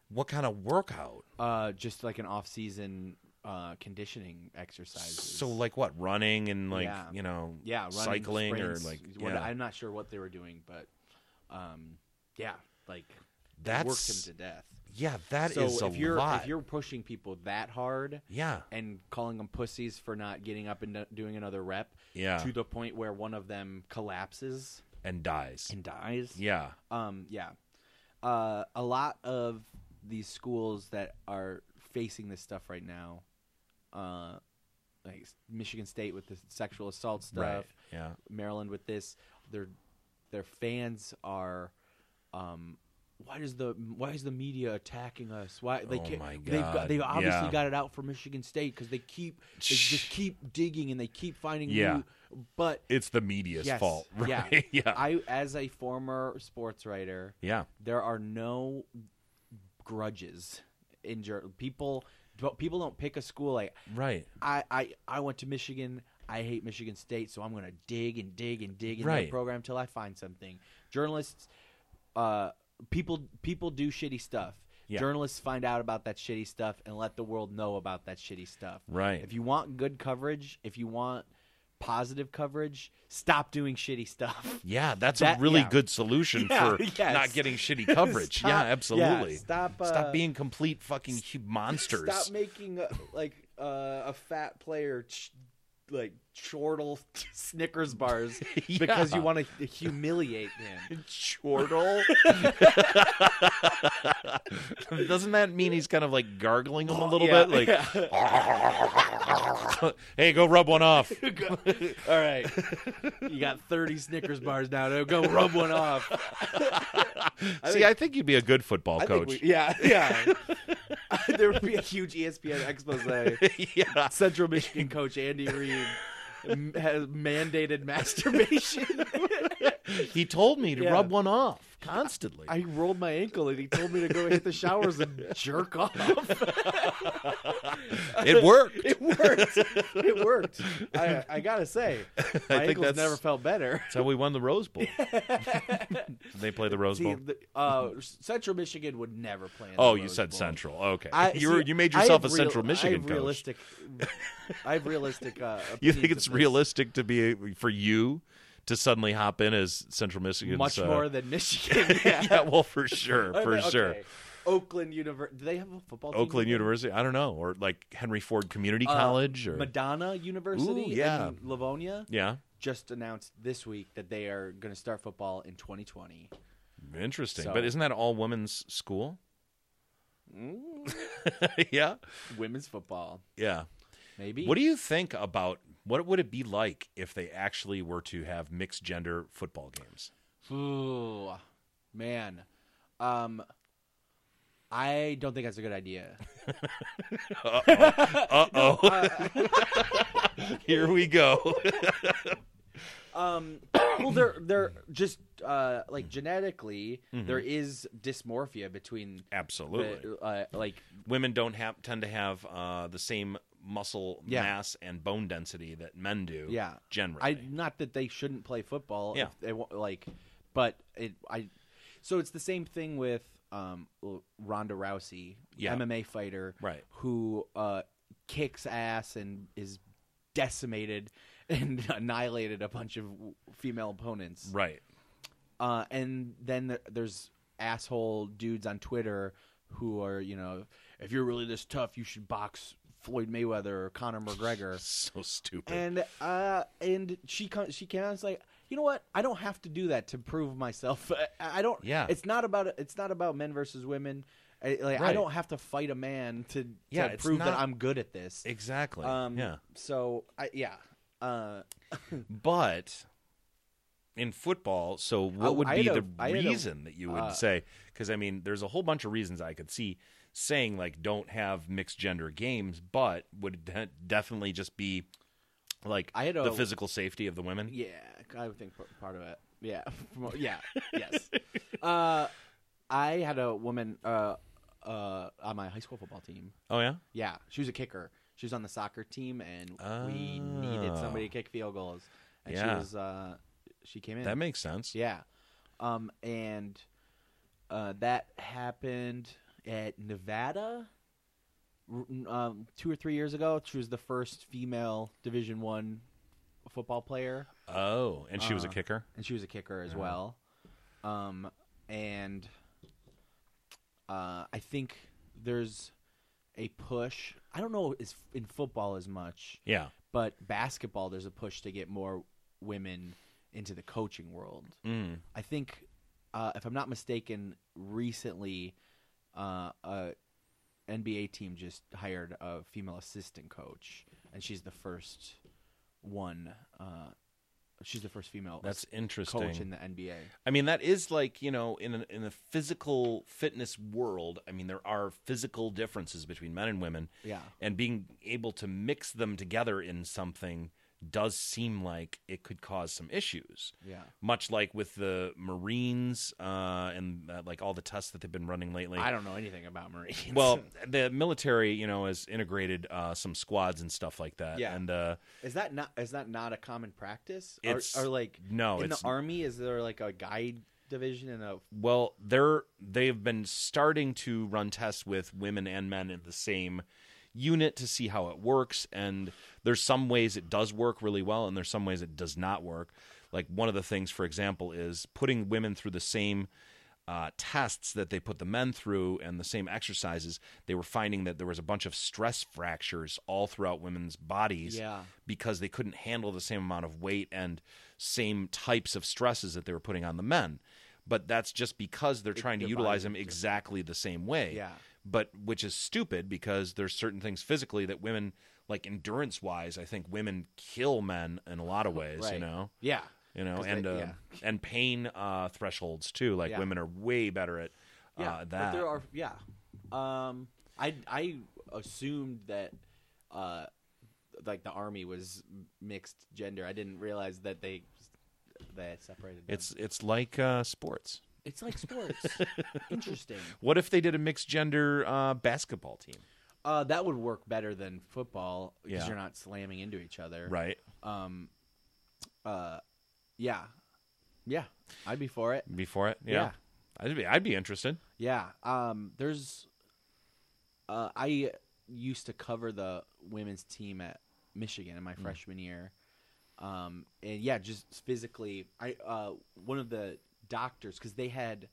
[SPEAKER 2] What kind of workout?
[SPEAKER 1] uh, just like an off-season uh, conditioning exercise.
[SPEAKER 2] So like what? Running and like
[SPEAKER 1] Yeah.
[SPEAKER 2] you know,
[SPEAKER 1] yeah, running,
[SPEAKER 2] cycling
[SPEAKER 1] sprints,
[SPEAKER 2] or like
[SPEAKER 1] what-
[SPEAKER 2] yeah.
[SPEAKER 1] I'm not sure what they were doing, but um, yeah, like they worked him
[SPEAKER 2] That's-
[SPEAKER 1] to death.
[SPEAKER 2] yeah, that is
[SPEAKER 1] so
[SPEAKER 2] a
[SPEAKER 1] if you're
[SPEAKER 2] lot.
[SPEAKER 1] if you're pushing people that hard
[SPEAKER 2] yeah,
[SPEAKER 1] and calling them pussies for not getting up and do- doing another rep,
[SPEAKER 2] Yeah.
[SPEAKER 1] to the point where one of them collapses
[SPEAKER 2] and dies.
[SPEAKER 1] and dies,
[SPEAKER 2] yeah,
[SPEAKER 1] um, yeah, uh, a lot of these schools that are facing this stuff right now, uh, like s- Michigan State with the sexual assault stuff,
[SPEAKER 2] right. Yeah,
[SPEAKER 1] Maryland with this, their their fans are, um, why does the why is the media attacking us? Why they
[SPEAKER 2] Oh
[SPEAKER 1] can't,
[SPEAKER 2] my
[SPEAKER 1] they've got,
[SPEAKER 2] God,
[SPEAKER 1] they've obviously
[SPEAKER 2] yeah.
[SPEAKER 1] got it out for Michigan State because they keep they just keep digging and they keep finding
[SPEAKER 2] Yeah.
[SPEAKER 1] new, but.
[SPEAKER 2] it's the media's
[SPEAKER 1] Yes.
[SPEAKER 2] fault.
[SPEAKER 1] Yeah.
[SPEAKER 2] Right? Yeah,
[SPEAKER 1] I, as a former sports writer,
[SPEAKER 2] yeah.
[SPEAKER 1] there are no grudges in Jer- people but people don't pick a school like
[SPEAKER 2] Right.
[SPEAKER 1] I, I I went to Michigan I hate Michigan State so I'm going to dig and dig and dig in
[SPEAKER 2] Right.
[SPEAKER 1] their program till I find something journalists uh people people do shitty stuff
[SPEAKER 2] Yeah.
[SPEAKER 1] journalists find out about that shitty stuff and let the world know about that shitty stuff
[SPEAKER 2] Right.
[SPEAKER 1] if you want good coverage if you want positive coverage stop doing shitty stuff
[SPEAKER 2] Yeah, that's
[SPEAKER 1] That-
[SPEAKER 2] a really
[SPEAKER 1] yeah.
[SPEAKER 2] good solution
[SPEAKER 1] Yeah,
[SPEAKER 2] for
[SPEAKER 1] yes.
[SPEAKER 2] not getting shitty coverage.
[SPEAKER 1] Stop-
[SPEAKER 2] yeah,
[SPEAKER 1] yeah,
[SPEAKER 2] absolutely.
[SPEAKER 1] stop, uh,
[SPEAKER 2] stop being complete fucking hu- monsters.
[SPEAKER 1] Stop making uh, like uh, a fat player ch- like chortle Snickers bars
[SPEAKER 2] Yeah.
[SPEAKER 1] because you want to humiliate him.
[SPEAKER 2] Chortle. Doesn't that mean he's kind of like gargling them a little
[SPEAKER 1] Yeah,
[SPEAKER 2] bit? Like, hey, go rub one off.
[SPEAKER 1] All right, you got thirty Snickers bars now. Now go rub one off.
[SPEAKER 2] See, I think you'd be a good football
[SPEAKER 1] I think
[SPEAKER 2] coach.
[SPEAKER 1] we- yeah, yeah. there would be a huge E ESPN expose.
[SPEAKER 2] yeah.
[SPEAKER 1] Central Michigan coach Andy Reid m- has mandated masturbation.
[SPEAKER 2] He told me to
[SPEAKER 1] Yeah.
[SPEAKER 2] rub one off constantly.
[SPEAKER 1] I rolled my ankle and he told me to go hit the showers and jerk off.
[SPEAKER 2] it worked.
[SPEAKER 1] It worked. It worked. I, I gotta say, my
[SPEAKER 2] think
[SPEAKER 1] ankles
[SPEAKER 2] that's-
[SPEAKER 1] never felt better.
[SPEAKER 2] That's how we won the Rose Bowl. they play the Rose
[SPEAKER 1] See,
[SPEAKER 2] Bowl.
[SPEAKER 1] the, uh, Central Michigan would never play. In the
[SPEAKER 2] Oh, you
[SPEAKER 1] Rose
[SPEAKER 2] said
[SPEAKER 1] Bowl.
[SPEAKER 2] Central. Okay,
[SPEAKER 1] I,
[SPEAKER 2] you were,
[SPEAKER 1] see,
[SPEAKER 2] you made
[SPEAKER 1] I
[SPEAKER 2] yourself a
[SPEAKER 1] have real-
[SPEAKER 2] Central
[SPEAKER 1] I have
[SPEAKER 2] Michigan coach.
[SPEAKER 1] realistic. I have realistic. Uh,
[SPEAKER 2] You
[SPEAKER 1] opinions
[SPEAKER 2] think
[SPEAKER 1] of
[SPEAKER 2] it's
[SPEAKER 1] this.
[SPEAKER 2] realistic to be for you to suddenly hop in as Central Michigan?
[SPEAKER 1] Much more than Michigan.
[SPEAKER 2] uh, yeah. well, for sure,
[SPEAKER 1] I
[SPEAKER 2] for
[SPEAKER 1] mean,
[SPEAKER 2] sure.
[SPEAKER 1] okay. Oakland University. Do they have a football team?
[SPEAKER 2] Oakland University. I don't know, or like Henry Ford Community
[SPEAKER 1] Uh,
[SPEAKER 2] College, or
[SPEAKER 1] Madonna University
[SPEAKER 2] Ooh, yeah.
[SPEAKER 1] in Livonia
[SPEAKER 2] yeah,
[SPEAKER 1] just announced this week that they are going to start football in 2020.
[SPEAKER 2] interesting.
[SPEAKER 1] So- Mm.
[SPEAKER 2] But isn't that all women's school? yeah,
[SPEAKER 1] Women's football,
[SPEAKER 2] yeah.
[SPEAKER 1] maybe.
[SPEAKER 2] What do you think about what would it be like if they actually were to have mixed gender football games?
[SPEAKER 1] Ooh, man. Um, I don't think that's a good idea.
[SPEAKER 2] Uh oh. Here we go.
[SPEAKER 1] Um, well, they're they're just uh like genetically there is dysmorphia between
[SPEAKER 2] Mm-hmm. Absolutely.
[SPEAKER 1] the, uh, like
[SPEAKER 2] Women don't have tend to have uh, the same muscle
[SPEAKER 1] Yeah.
[SPEAKER 2] mass and bone density that men do.
[SPEAKER 1] Yeah.
[SPEAKER 2] Generally.
[SPEAKER 1] I not that they shouldn't play football.
[SPEAKER 2] Yeah.
[SPEAKER 1] If they wa- like, but it I. So it's the same thing with um, L- Ronda Rousey,
[SPEAKER 2] Yeah.
[SPEAKER 1] MMA fighter,
[SPEAKER 2] Right.
[SPEAKER 1] Who uh, kicks ass and is decimated and annihilated a bunch of w- female opponents.
[SPEAKER 2] right.
[SPEAKER 1] Uh, and then th- there's asshole dudes on Twitter who are you know, if you're really this tough, you should box Floyd Mayweather or Conor McGregor
[SPEAKER 2] So stupid.
[SPEAKER 1] and uh and she co- she came out and was like you know what i don't have to do that to prove myself i, I don't
[SPEAKER 2] Yeah.
[SPEAKER 1] it's not about it's not about men versus women I, like i
[SPEAKER 2] Right.
[SPEAKER 1] don't have to fight a man to,
[SPEAKER 2] Yeah,
[SPEAKER 1] to
[SPEAKER 2] it's
[SPEAKER 1] prove that
[SPEAKER 2] not-
[SPEAKER 1] i'm good at this
[SPEAKER 2] exactly.
[SPEAKER 1] um
[SPEAKER 2] yeah.
[SPEAKER 1] so i yeah uh
[SPEAKER 2] But in football, so
[SPEAKER 1] I-
[SPEAKER 2] what would
[SPEAKER 1] I
[SPEAKER 2] be
[SPEAKER 1] had a-
[SPEAKER 2] the
[SPEAKER 1] I had a-
[SPEAKER 2] reason that you would
[SPEAKER 1] uh,
[SPEAKER 2] say? Because I mean, there's a whole bunch of reasons I could see saying like don't have mixed gender games, but would de- definitely just be like
[SPEAKER 1] I had a-
[SPEAKER 2] the physical safety of the women.
[SPEAKER 1] yeah i would think p- part of it yeah yeah yes uh I had a woman uh, uh, on my high school football team.
[SPEAKER 2] Oh yeah.
[SPEAKER 1] Yeah, she was a kicker. She was on the soccer team, and we needed somebody to kick field goals. And
[SPEAKER 2] Oh. Yeah.
[SPEAKER 1] she was uh, she came in.
[SPEAKER 2] That makes sense.
[SPEAKER 1] yeah, um, and uh, that happened at Nevada r- um, two or three years ago. She was the first female Division One football player
[SPEAKER 2] Oh, and she
[SPEAKER 1] Ah.
[SPEAKER 2] was a kicker.
[SPEAKER 1] and she was a kicker as well. Um, and uh, I think there's a push. I don't know is in football as much,
[SPEAKER 2] Yeah.
[SPEAKER 1] but basketball there's a push to get more women into the coaching world.
[SPEAKER 2] Mm.
[SPEAKER 1] I think, uh, if I'm not mistaken, recently uh, a NBA team just hired a female assistant coach, and she's the first one. Uh, she's the first female.
[SPEAKER 2] That's
[SPEAKER 1] coach in
[SPEAKER 2] interesting.
[SPEAKER 1] the NBA.
[SPEAKER 2] I mean, that is like you know, in an, in the physical fitness world. I mean, there are physical differences between men and women.
[SPEAKER 1] Yeah.
[SPEAKER 2] and being able to mix them together in something does seem like it could cause some issues.
[SPEAKER 1] Yeah.
[SPEAKER 2] Much like with the Marines uh, and uh, like all the tests that they've been running lately.
[SPEAKER 1] I don't know anything about Marines.
[SPEAKER 2] well, the military, you know, has integrated uh, some squads and stuff like that.
[SPEAKER 1] Yeah.
[SPEAKER 2] And uh,
[SPEAKER 1] is that not is that not a common practice? Or-
[SPEAKER 2] It's-
[SPEAKER 1] or, like
[SPEAKER 2] no,
[SPEAKER 1] in
[SPEAKER 2] it's
[SPEAKER 1] the army is there like a guide division and a
[SPEAKER 2] well, they're they've been starting to run tests with women and men in the same unit to see how it works and there's some ways it does work really well and there's some ways it does not work. Like one of the things for example is putting women through the same uh, tests that they put the men through and the same exercises, they were finding that there was a bunch of stress fractures all throughout women's bodies
[SPEAKER 1] Yeah.
[SPEAKER 2] because they couldn't handle the same amount of weight and same types of stresses that they were putting on the men. But that's just because they're trying to
[SPEAKER 1] their
[SPEAKER 2] utilize
[SPEAKER 1] bodies
[SPEAKER 2] them exactly the same way.
[SPEAKER 1] Yeah.
[SPEAKER 2] But which is stupid because there's certain things physically that women, like endurance wise, I think women kill men in a lot of ways,
[SPEAKER 1] right?
[SPEAKER 2] you know?
[SPEAKER 1] yeah,
[SPEAKER 2] you know,
[SPEAKER 1] 'Cause they-
[SPEAKER 2] and uh,
[SPEAKER 1] yeah.
[SPEAKER 2] and pain uh, thresholds too. Like
[SPEAKER 1] Yeah.
[SPEAKER 2] women are way better at uh,
[SPEAKER 1] yeah.
[SPEAKER 2] that.
[SPEAKER 1] But there are yeah. Um, I I assumed that uh, like the army was mixed gender. I didn't realize that they that separated. Them.
[SPEAKER 2] it's it's like uh, sports.
[SPEAKER 1] it's like sports. Interesting.
[SPEAKER 2] What if they did a mixed gender uh, basketball team?
[SPEAKER 1] Uh, that would work better than football because
[SPEAKER 2] Yeah.
[SPEAKER 1] you're not slamming into each other.
[SPEAKER 2] Right.
[SPEAKER 1] Um. Uh. Yeah. Yeah. I'd be for it.
[SPEAKER 2] Before it, yeah.
[SPEAKER 1] Yeah.
[SPEAKER 2] I'd be I'd be interested.
[SPEAKER 1] Yeah. Um. There's. Uh. I used to cover the women's team at Michigan in my freshman year. Um. And yeah, just physically, I uh one of the doctors because they had,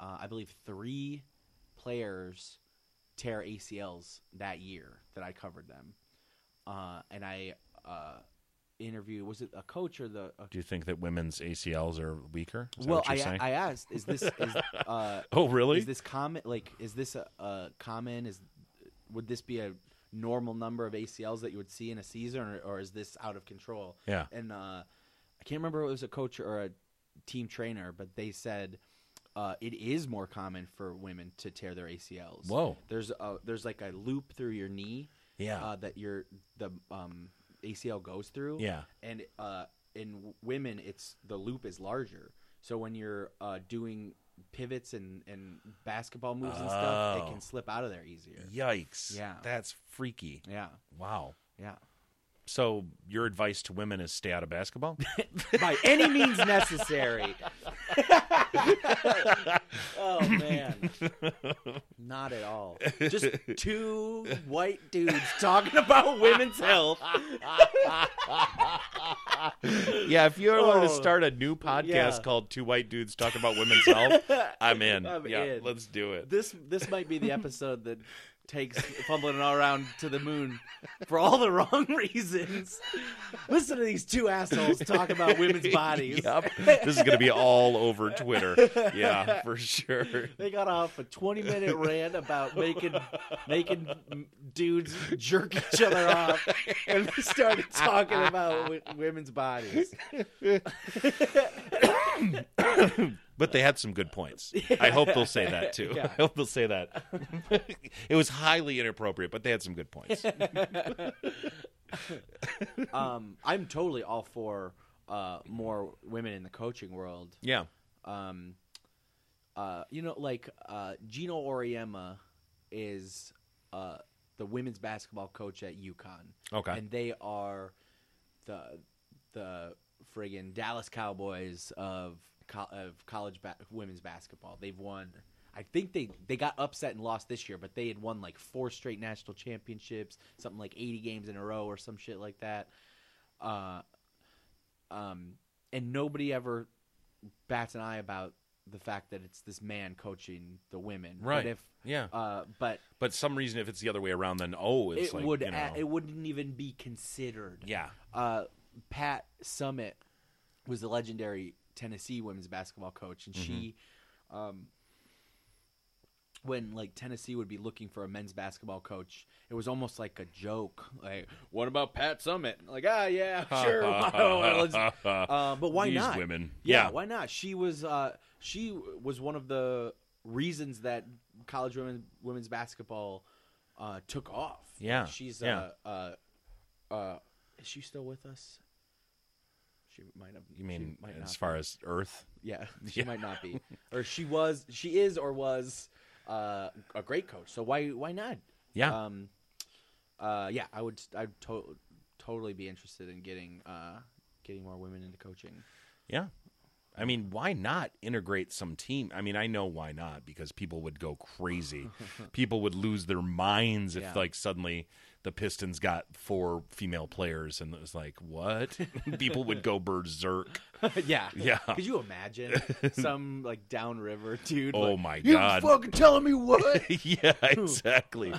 [SPEAKER 1] uh, I believe three players tear ACLs that year that I covered them, uh, and I uh interviewed was it a coach or the a
[SPEAKER 2] Do you think that women's ACLs are weaker? Is that
[SPEAKER 1] well,
[SPEAKER 2] what you're
[SPEAKER 1] I,
[SPEAKER 2] saying?
[SPEAKER 1] I asked, is this is, uh,
[SPEAKER 2] oh really?
[SPEAKER 1] is this common? Like, is this a, a common? Is would this be a normal number of ACLs that you would see in a season, or, or is this out of control?
[SPEAKER 2] Yeah.
[SPEAKER 1] And uh, I can't remember if it was a coach or a team trainer, but they said uh, it is more common for women to tear their ACLs.
[SPEAKER 2] Whoa.
[SPEAKER 1] There's a there's like a loop through your knee.
[SPEAKER 2] Yeah.
[SPEAKER 1] Uh, that your the um, ACL goes through
[SPEAKER 2] Yeah.
[SPEAKER 1] and uh, in w- women it's the loop is larger so when you're uh, doing pivots and, and basketball moves and stuff
[SPEAKER 2] Oh.
[SPEAKER 1] it can slip out of there easier
[SPEAKER 2] Yikes!
[SPEAKER 1] Yeah.
[SPEAKER 2] that's freaky.
[SPEAKER 1] yeah
[SPEAKER 2] Wow.
[SPEAKER 1] yeah
[SPEAKER 2] So your advice to women is stay out of basketball.
[SPEAKER 1] by any means necessary oh man not at all just two white dudes talking about women's health
[SPEAKER 2] yeah, if you ever wanted to
[SPEAKER 1] Oh.
[SPEAKER 2] start a new podcast
[SPEAKER 1] Yeah.
[SPEAKER 2] called Two White Dudes Talking About Women's Health, I'm in.
[SPEAKER 1] I'm
[SPEAKER 2] yeah,
[SPEAKER 1] in.
[SPEAKER 2] let's do it.
[SPEAKER 1] this this might be the episode that takes fumbling all around to the moon for all the wrong reasons. Listen to these two assholes talk about women's bodies.
[SPEAKER 2] Yep. This is going to be all over Twitter. Yeah, for sure.
[SPEAKER 1] They got off a 20 minute rant about making making dudes jerk each other off, and they started talking about w- women's bodies.
[SPEAKER 2] But they had some good points. I hope they'll say that too.
[SPEAKER 1] Yeah.
[SPEAKER 2] I hope they'll say that. it was highly inappropriate, but they had some good points.
[SPEAKER 1] Um, I'm totally all for uh, more women in the coaching world.
[SPEAKER 2] Yeah.
[SPEAKER 1] um, uh, you know, like uh, Gino Oriema is uh, the women's basketball coach at UConn.
[SPEAKER 2] Okay.
[SPEAKER 1] and they are the the friggin' Dallas Cowboys of co- of college ba- women's basketball. They've won. I think they they got upset and lost this year, but they had won like four straight national championships, something like eighty games in a row or some shit like that. Uh, um, and nobody ever bats an eye about the fact that it's this man coaching the women.
[SPEAKER 2] Right.
[SPEAKER 1] But if
[SPEAKER 2] Yeah.
[SPEAKER 1] uh, but
[SPEAKER 2] But some reason, if it's the other way around, then oh, it's
[SPEAKER 1] it
[SPEAKER 2] like
[SPEAKER 1] would
[SPEAKER 2] you know,
[SPEAKER 1] a- it wouldn't even be considered.
[SPEAKER 2] yeah,
[SPEAKER 1] Uh, Pat Summit was the legendary Tennessee women's basketball coach, and she, um, when like Tennessee would be looking for a men's basketball coach, it was almost like a joke. Like, what about Pat Summit? Like, ah, yeah, sure. Let's- uh, but why
[SPEAKER 2] These
[SPEAKER 1] not?
[SPEAKER 2] women.
[SPEAKER 1] yeah,
[SPEAKER 2] Yeah.
[SPEAKER 1] why not? She was uh, she was one of the reasons that college women women's basketball uh, took off.
[SPEAKER 2] Yeah,
[SPEAKER 1] she's
[SPEAKER 2] yeah.
[SPEAKER 1] Uh, uh, uh, is she still with us? She might have.
[SPEAKER 2] You mean
[SPEAKER 1] she might
[SPEAKER 2] as
[SPEAKER 1] not.
[SPEAKER 2] far as Earth?
[SPEAKER 1] Yeah, she might not be, or she was. She is, or was uh, a great coach. So why why not?
[SPEAKER 2] Yeah.
[SPEAKER 1] Um, uh, yeah, I would. I'd to- totally be interested in getting uh, getting more women into coaching.
[SPEAKER 2] Yeah. I mean, why not integrate some team? I mean, I know why not because people would go crazy. people would lose their minds if
[SPEAKER 1] Yeah.
[SPEAKER 2] like suddenly the Pistons got four female players and it was like, "What?" people would go berserk.
[SPEAKER 1] yeah,
[SPEAKER 2] Yeah.
[SPEAKER 1] Could you imagine some like downriver dude?
[SPEAKER 2] Oh
[SPEAKER 1] like,
[SPEAKER 2] my
[SPEAKER 1] you
[SPEAKER 2] God.
[SPEAKER 1] fucking telling me what?
[SPEAKER 2] yeah, exactly.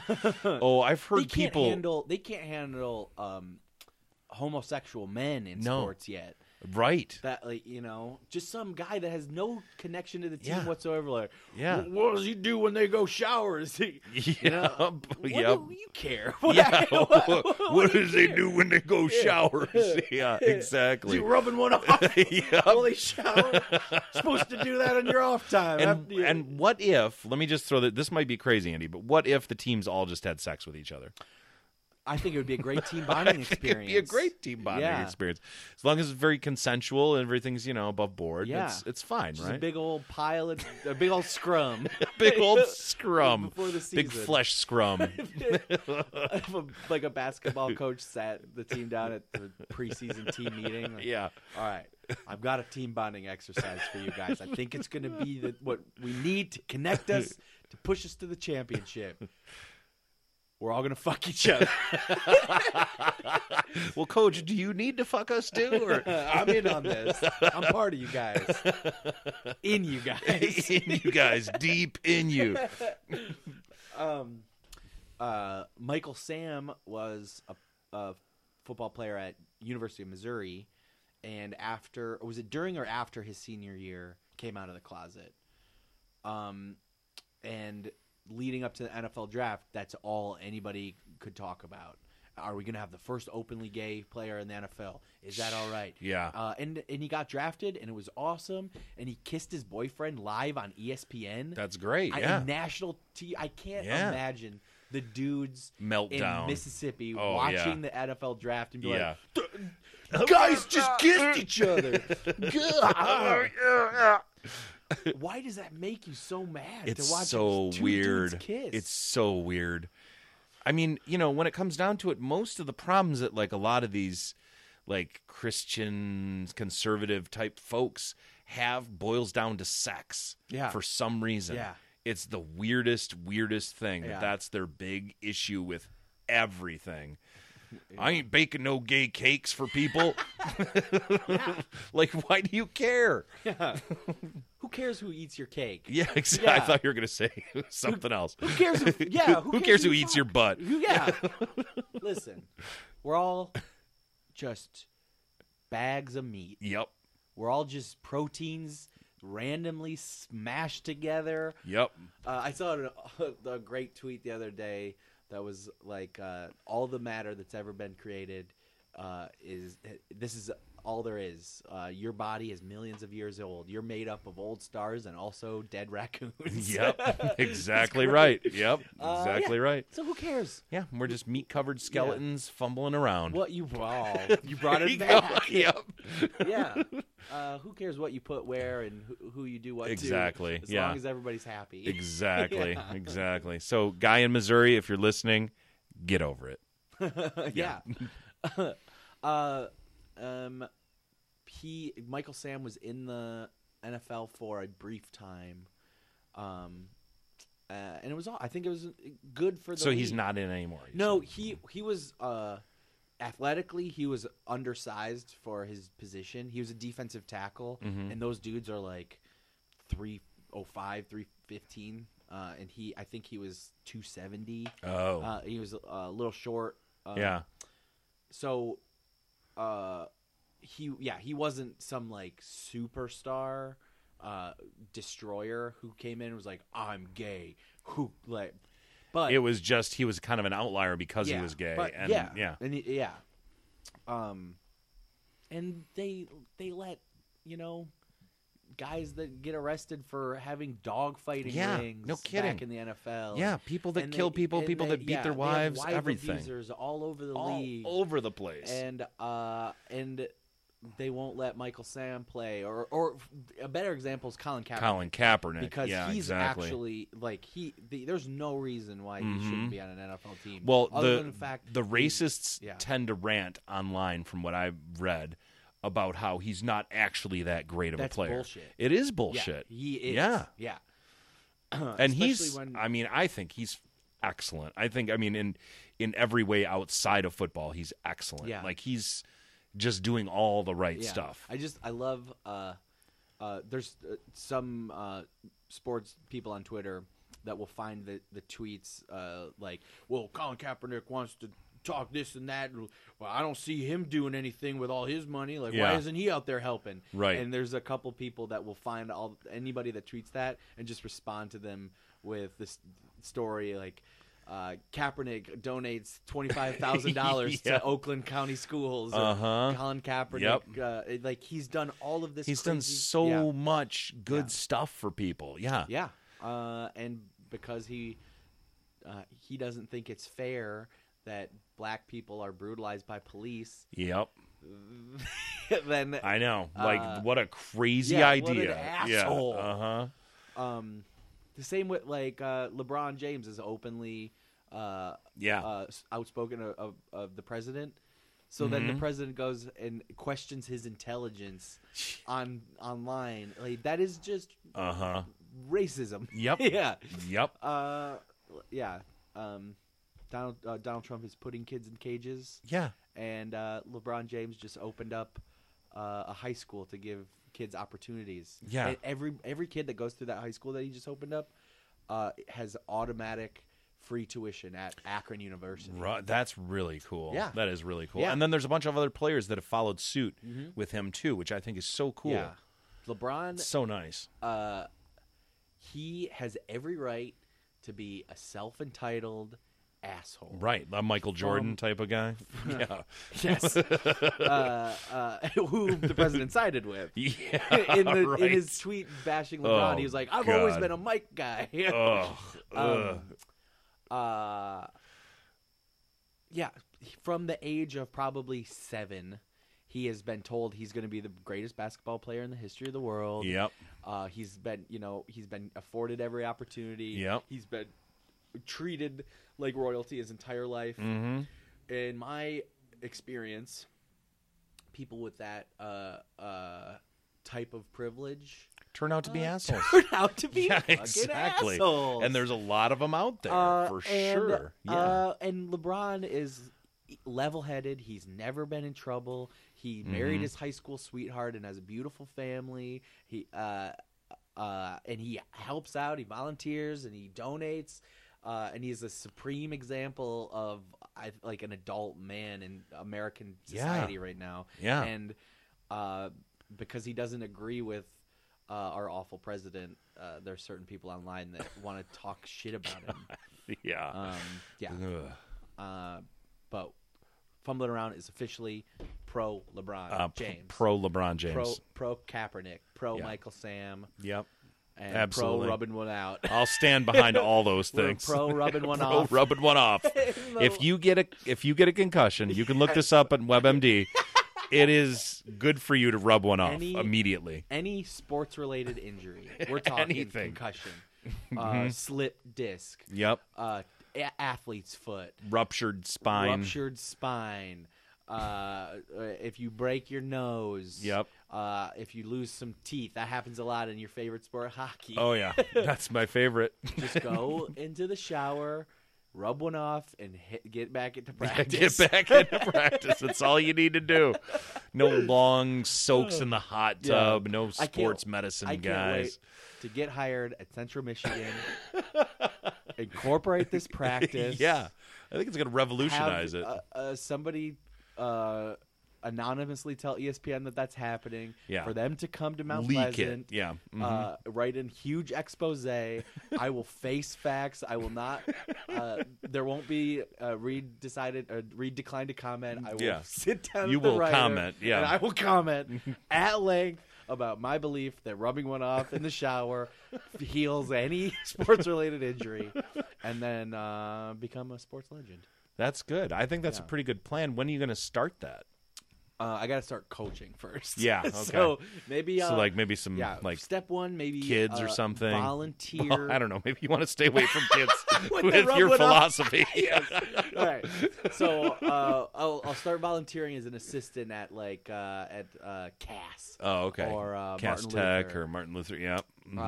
[SPEAKER 2] oh, I've
[SPEAKER 1] they
[SPEAKER 2] heard
[SPEAKER 1] can't
[SPEAKER 2] people
[SPEAKER 1] handle. They can't handle um, homosexual men in
[SPEAKER 2] No.
[SPEAKER 1] sports yet.
[SPEAKER 2] right.
[SPEAKER 1] That like you know, just some guy that has no connection to the team
[SPEAKER 2] Yeah.
[SPEAKER 1] whatsoever. Like,
[SPEAKER 2] Yeah.
[SPEAKER 1] "Wh- what does he do when they go shower? Is he? You know,
[SPEAKER 2] Yep,
[SPEAKER 1] what
[SPEAKER 2] yep.
[SPEAKER 1] do you care?
[SPEAKER 2] Yeah.
[SPEAKER 1] What-
[SPEAKER 2] what,
[SPEAKER 1] do you
[SPEAKER 2] does they
[SPEAKER 1] care?
[SPEAKER 2] do when they go showers? yeah,
[SPEAKER 1] Is he
[SPEAKER 2] exactly.
[SPEAKER 1] rubbing one off
[SPEAKER 2] Yep.
[SPEAKER 1] while they shower? Supposed to do that on your off time.
[SPEAKER 2] And,
[SPEAKER 1] After you-
[SPEAKER 2] and what if? Let me just throw that. This might be crazy, Andy, but what if the teams all just had sex with each other?
[SPEAKER 1] I think it would be a great team bonding experience.
[SPEAKER 2] It'd be a great team bonding
[SPEAKER 1] Yeah.
[SPEAKER 2] experience, as long as it's very consensual and everything's you know above board.
[SPEAKER 1] Yeah.
[SPEAKER 2] it's it's fine,
[SPEAKER 1] Just
[SPEAKER 2] right?
[SPEAKER 1] a big old pile of a big old scrum.
[SPEAKER 2] Big old scrum,
[SPEAKER 1] Before the
[SPEAKER 2] big
[SPEAKER 1] season.
[SPEAKER 2] flesh scrum.
[SPEAKER 1] If a- like a basketball coach sat the team down at the preseason team meeting. like,
[SPEAKER 2] yeah,
[SPEAKER 1] All right, I've got a team bonding exercise for you guys. I think it's going to be the, what we need to connect us to push us to the championship. We're all going to fuck each other.
[SPEAKER 2] well, coach, do you need to fuck us too? Or
[SPEAKER 1] I'm in on this. I'm part of you guys. In you guys.
[SPEAKER 2] in you guys, deep in you.
[SPEAKER 1] um, uh, Michael Sam was a, a football player at University of Missouri, and after was it during or after his senior year came out of the closet, um, and leading up to the NFL draft, that's all anybody could talk about. Are we going to have the first openly gay player in the NFL? Is that all right?
[SPEAKER 2] Yeah.
[SPEAKER 1] Uh, and and he got drafted, and it was awesome. And he kissed his boyfriend live on E ESPN.
[SPEAKER 2] That's great.
[SPEAKER 1] I,
[SPEAKER 2] yeah,
[SPEAKER 1] a national t I can't
[SPEAKER 2] Yeah.
[SPEAKER 1] imagine the dudes
[SPEAKER 2] Meltdown.
[SPEAKER 1] in Mississippi
[SPEAKER 2] Oh,
[SPEAKER 1] watching the NFL draft and be
[SPEAKER 2] yeah.
[SPEAKER 1] like, "Guys just kissed each other." God. Why does that make you so mad
[SPEAKER 2] It's
[SPEAKER 1] to watch
[SPEAKER 2] so
[SPEAKER 1] two
[SPEAKER 2] weird.
[SPEAKER 1] dudes kiss?
[SPEAKER 2] It's so weird. I mean, you know, when it comes down to it, most of the problems that like a lot of these like Christian conservative type folks have boils down to sex.
[SPEAKER 1] Yeah.
[SPEAKER 2] For some reason.
[SPEAKER 1] Yeah.
[SPEAKER 2] It's the weirdest, weirdest thing
[SPEAKER 1] Yeah.
[SPEAKER 2] that that's their big issue with everything. I ain't baking no gay cakes for people. like, why do you care?
[SPEAKER 1] who cares who eats your cake?
[SPEAKER 2] Yeah, exactly. I
[SPEAKER 1] Yeah.
[SPEAKER 2] thought you were going to say something else.
[SPEAKER 1] Who cares? If, yeah, who,
[SPEAKER 2] Who cares who
[SPEAKER 1] you
[SPEAKER 2] eats your
[SPEAKER 1] fuck?
[SPEAKER 2] butt?
[SPEAKER 1] Who- Yeah. Listen, we're all just bags of meat.
[SPEAKER 2] Yep.
[SPEAKER 1] We're all just proteins randomly smashed together.
[SPEAKER 2] Yep.
[SPEAKER 1] Uh, I saw a, a great tweet the other day that was like, uh, "All the matter that's ever been created uh, is this is all there is. Uh, your body is millions of years old. You're made up of old stars and also dead raccoons.
[SPEAKER 2] Yep. Exactly right. Yep.
[SPEAKER 1] Uh, yeah.
[SPEAKER 2] Exactly right.
[SPEAKER 1] So who cares?
[SPEAKER 2] Yeah, we're just meat covered skeletons fumbling around.
[SPEAKER 1] What you wow, you brought
[SPEAKER 2] There
[SPEAKER 1] it
[SPEAKER 2] you go.
[SPEAKER 1] back.
[SPEAKER 2] yep.
[SPEAKER 1] yeah. Uh, who cares what you put where and who, who you do what
[SPEAKER 2] Exactly,
[SPEAKER 1] to? As
[SPEAKER 2] yeah.
[SPEAKER 1] long as everybody's happy.
[SPEAKER 2] Exactly. Exactly. So, guy in Missouri, if you're listening, get over it.
[SPEAKER 1] yeah. uh, um, he Michael Sam was in the NFL for a brief time, um, uh, and it was all. I think it was good for the.
[SPEAKER 2] So he's
[SPEAKER 1] league.
[SPEAKER 2] not in anymore. you
[SPEAKER 1] No,
[SPEAKER 2] said.
[SPEAKER 1] he he was uh, athletically he was undersized for his position. He was a defensive tackle,
[SPEAKER 2] Mm-hmm.
[SPEAKER 1] and those dudes are like 305, 315, uh, and he I think he was two seventy.
[SPEAKER 2] Oh.
[SPEAKER 1] Uh, he was uh, a little short. Uh,
[SPEAKER 2] yeah.
[SPEAKER 1] so uh he yeah he wasn't some like superstar uh destroyer who came in and was like i'm gay who like but
[SPEAKER 2] It was just he was kind of an outlier because
[SPEAKER 1] yeah,
[SPEAKER 2] he was gay.
[SPEAKER 1] but
[SPEAKER 2] and
[SPEAKER 1] yeah
[SPEAKER 2] yeah.
[SPEAKER 1] and he- yeah um and they they let you know guys that get arrested for having dog fighting
[SPEAKER 2] Yeah,
[SPEAKER 1] rings
[SPEAKER 2] no
[SPEAKER 1] back
[SPEAKER 2] kidding.
[SPEAKER 1] in the NFL
[SPEAKER 2] Yeah, people that
[SPEAKER 1] And
[SPEAKER 2] kill
[SPEAKER 1] they-
[SPEAKER 2] people,
[SPEAKER 1] and
[SPEAKER 2] people
[SPEAKER 1] they-
[SPEAKER 2] that beat
[SPEAKER 1] yeah,
[SPEAKER 2] their
[SPEAKER 1] they have
[SPEAKER 2] wives,
[SPEAKER 1] wife
[SPEAKER 2] everything.
[SPEAKER 1] abusers all over the league
[SPEAKER 2] All over the place.
[SPEAKER 1] and uh and they won't let Michael Sam play or or a better example is Colin Kaepernick
[SPEAKER 2] Colin Kaepernick.
[SPEAKER 1] because
[SPEAKER 2] yeah,
[SPEAKER 1] he's
[SPEAKER 2] exactly.
[SPEAKER 1] actually like he the, there's no reason why he shouldn't be on an NFL team.
[SPEAKER 2] Mm-hmm. Well,
[SPEAKER 1] other
[SPEAKER 2] the
[SPEAKER 1] than the fact
[SPEAKER 2] the
[SPEAKER 1] he's-
[SPEAKER 2] racists
[SPEAKER 1] yeah.
[SPEAKER 2] tend to rant online, from what I've read, about how he's not actually that great of
[SPEAKER 1] That's
[SPEAKER 2] a player.
[SPEAKER 1] bullshit.
[SPEAKER 2] It is
[SPEAKER 1] yeah,
[SPEAKER 2] bullshit.
[SPEAKER 1] He is
[SPEAKER 2] Yeah.
[SPEAKER 1] yeah.
[SPEAKER 2] and he's.
[SPEAKER 1] especially when-
[SPEAKER 2] I mean, I think he's excellent. I think. I mean, in in every way outside of football, he's excellent.
[SPEAKER 1] Yeah.
[SPEAKER 2] Like he's just doing all the right
[SPEAKER 1] Yeah.
[SPEAKER 2] stuff.
[SPEAKER 1] I just I love uh, uh, there's uh, some uh, sports people on Twitter that will find the the tweets uh, like, well, Colin Kaepernick wants to talk this and that. and, Well, I don't see him doing anything with all his money. Like, why
[SPEAKER 2] Yeah.
[SPEAKER 1] isn't he out there helping?
[SPEAKER 2] Right.
[SPEAKER 1] And there's a couple people that will find all anybody that tweets that and just respond to them with this story like. Uh, Kaepernick donates twenty five thousand dollars
[SPEAKER 2] Yeah.
[SPEAKER 1] to Oakland County schools. or
[SPEAKER 2] Uh-huh.
[SPEAKER 1] Colin Kaepernick
[SPEAKER 2] Yep.
[SPEAKER 1] uh, it- like he's done all of this.
[SPEAKER 2] he's done
[SPEAKER 1] crazy-
[SPEAKER 2] so
[SPEAKER 1] yeah,
[SPEAKER 2] much good
[SPEAKER 1] Yeah.
[SPEAKER 2] stuff for people. Yeah.
[SPEAKER 1] yeah. Uh, and because he uh, he doesn't think it's fair that black people are brutalized by police,
[SPEAKER 2] Yep.
[SPEAKER 1] then
[SPEAKER 2] I know. Like
[SPEAKER 1] Uh,
[SPEAKER 2] what a crazy
[SPEAKER 1] yeah, what an
[SPEAKER 2] idea.
[SPEAKER 1] asshole.
[SPEAKER 2] Yeah. Uh-huh.
[SPEAKER 1] um, the same with like uh, LeBron James is openly uh,
[SPEAKER 2] Yeah.
[SPEAKER 1] uh, s- outspoken of, of, of the president. So then the
[SPEAKER 2] Mm-hmm.
[SPEAKER 1] president goes and questions his intelligence on online. Like that is just
[SPEAKER 2] uh-huh.
[SPEAKER 1] racism.
[SPEAKER 2] Yep.
[SPEAKER 1] yeah.
[SPEAKER 2] Yep.
[SPEAKER 1] Uh, yeah. Um, Donald uh, Donald Trump is putting kids in cages,
[SPEAKER 2] Yeah.
[SPEAKER 1] and uh, LeBron James just opened up uh, a high school to give kids opportunities.
[SPEAKER 2] Yeah.
[SPEAKER 1] And every every kid that goes through that high school that he just opened up uh, has automatic free tuition at Akron University.
[SPEAKER 2] Right. That's really cool.
[SPEAKER 1] Yeah.
[SPEAKER 2] That is really cool.
[SPEAKER 1] Yeah. Mm-hmm.
[SPEAKER 2] And then there's a bunch of other players that have followed suit with him too, which I think is so cool.
[SPEAKER 1] Yeah. LeBron
[SPEAKER 2] So nice.
[SPEAKER 1] uh, he has every right to be a self entitled asshole.
[SPEAKER 2] Right. A Michael Jordan
[SPEAKER 1] Um,
[SPEAKER 2] type of guy. yeah.
[SPEAKER 1] Yes. uh, uh, who the president sided with.
[SPEAKER 2] Yeah.
[SPEAKER 1] In, the, in
[SPEAKER 2] right.
[SPEAKER 1] his tweet bashing LeBron,
[SPEAKER 2] Oh,
[SPEAKER 1] he was like, I've always
[SPEAKER 2] God.
[SPEAKER 1] been a Mike guy.
[SPEAKER 2] Ugh. Ugh.
[SPEAKER 1] Um, uh, yeah, from the age of probably seven, he has been told he's going to be the greatest basketball player in the history of the world.
[SPEAKER 2] Yep.
[SPEAKER 1] Uh, he's been, you know, he's been afforded every opportunity.
[SPEAKER 2] Yep.
[SPEAKER 1] He's been treated like royalty his entire
[SPEAKER 2] Mm.
[SPEAKER 1] life.
[SPEAKER 2] Mm-hmm.
[SPEAKER 1] In my experience, people with that uh, uh, type of privilege
[SPEAKER 2] Turn out to
[SPEAKER 1] Uh,
[SPEAKER 2] be assholes.
[SPEAKER 1] turn out to be
[SPEAKER 2] Yeah,
[SPEAKER 1] fucking
[SPEAKER 2] exactly.
[SPEAKER 1] assholes.
[SPEAKER 2] And there's a lot of them out there
[SPEAKER 1] Uh,
[SPEAKER 2] for
[SPEAKER 1] and,
[SPEAKER 2] sure. Yeah.
[SPEAKER 1] uh, and LeBron is level-headed. He's never been in trouble. He
[SPEAKER 2] Mm-hmm.
[SPEAKER 1] married his high school sweetheart and has a beautiful family. He uh, uh, and he helps out. He volunteers and he donates. Uh, and he's a supreme example of I, like an adult man in American
[SPEAKER 2] Yeah.
[SPEAKER 1] society right now.
[SPEAKER 2] Yeah.
[SPEAKER 1] and uh, because he doesn't agree with uh, our awful president, uh, there are certain people online that want to talk shit about him.
[SPEAKER 2] yeah.
[SPEAKER 1] Um, yeah,
[SPEAKER 2] Ugh.
[SPEAKER 1] uh, but fumbling around is officially pro LeBron
[SPEAKER 2] Uh, p-
[SPEAKER 1] James,
[SPEAKER 2] Pro LeBron James.
[SPEAKER 1] pro pro Kaepernick, pro
[SPEAKER 2] Yeah.
[SPEAKER 1] Michael Sam,
[SPEAKER 2] Yep.
[SPEAKER 1] and
[SPEAKER 2] Absolutely.
[SPEAKER 1] pro rubbing one out.
[SPEAKER 2] I'll stand behind all those
[SPEAKER 1] We're
[SPEAKER 2] things.
[SPEAKER 1] pro rubbing one
[SPEAKER 2] Pro
[SPEAKER 1] off.
[SPEAKER 2] rubbing one off. if you get a if you get a concussion, you can look this up on WebMD. it is good for you to rub one off
[SPEAKER 1] Any-
[SPEAKER 2] immediately.
[SPEAKER 1] any sports related injury. We're talking
[SPEAKER 2] Anything. Mm-hmm.
[SPEAKER 1] concussion, uh, slip disc,
[SPEAKER 2] Yep.
[SPEAKER 1] uh, a- athlete's foot,
[SPEAKER 2] Ruptured spine.
[SPEAKER 1] ruptured spine. Uh, uh, if you break your nose,
[SPEAKER 2] Yep.
[SPEAKER 1] Uh, if you lose some teeth, that happens a lot in your favorite sport, hockey.
[SPEAKER 2] Oh yeah, that's my favorite.
[SPEAKER 1] Just go into the shower, rub one off, and hit, get back into
[SPEAKER 2] Get
[SPEAKER 1] practice.
[SPEAKER 2] back into practice. That's all you need to do. No long soaks in the hot
[SPEAKER 1] Yeah.
[SPEAKER 2] tub. No
[SPEAKER 1] I can't-
[SPEAKER 2] sports medicine,
[SPEAKER 1] I can't
[SPEAKER 2] guys.
[SPEAKER 1] wait to get hired at Central Michigan. incorporate this practice.
[SPEAKER 2] Yeah, I think it's going to revolutionize
[SPEAKER 1] have,
[SPEAKER 2] it.
[SPEAKER 1] Uh, uh, somebody uh, anonymously tell E ESPN that that's happening.
[SPEAKER 2] Yeah.
[SPEAKER 1] For them to come to Mount
[SPEAKER 2] Leak
[SPEAKER 1] Pleasant.
[SPEAKER 2] it. Yeah. Mhm.
[SPEAKER 1] Uh, write in huge expose. I will face facts. I will not. Uh, there won't be uh, read decided or read declined to comment. I will
[SPEAKER 2] Yeah.
[SPEAKER 1] sit down.
[SPEAKER 2] You
[SPEAKER 1] with the
[SPEAKER 2] will
[SPEAKER 1] writer,
[SPEAKER 2] comment, yeah.
[SPEAKER 1] and I will comment at length about my belief that rubbing one off in the shower heals any sports related injury, and then uh, become a sports legend.
[SPEAKER 2] That's good. I think that's a
[SPEAKER 1] Yeah.
[SPEAKER 2] pretty good plan. When are you going to start that?
[SPEAKER 1] uh, I got to start coaching first.
[SPEAKER 2] Yeah, okay.
[SPEAKER 1] so maybe uh,
[SPEAKER 2] so like maybe some
[SPEAKER 1] yeah,
[SPEAKER 2] like
[SPEAKER 1] step one, maybe
[SPEAKER 2] kids or
[SPEAKER 1] uh,
[SPEAKER 2] something?
[SPEAKER 1] Volunteer.
[SPEAKER 2] well, I don't know. Maybe you want to stay away from kids
[SPEAKER 1] With the
[SPEAKER 2] with
[SPEAKER 1] rub
[SPEAKER 2] your
[SPEAKER 1] one off.
[SPEAKER 2] philosophy.
[SPEAKER 1] All right. So uh, I'll, I'll start volunteering as an assistant at like uh, at uh, Cass.
[SPEAKER 2] Oh, okay.
[SPEAKER 1] Or, uh,
[SPEAKER 2] Cass
[SPEAKER 1] Martin
[SPEAKER 2] Tech
[SPEAKER 1] Luther.
[SPEAKER 2] or Martin Luther. Yeah. Mhm.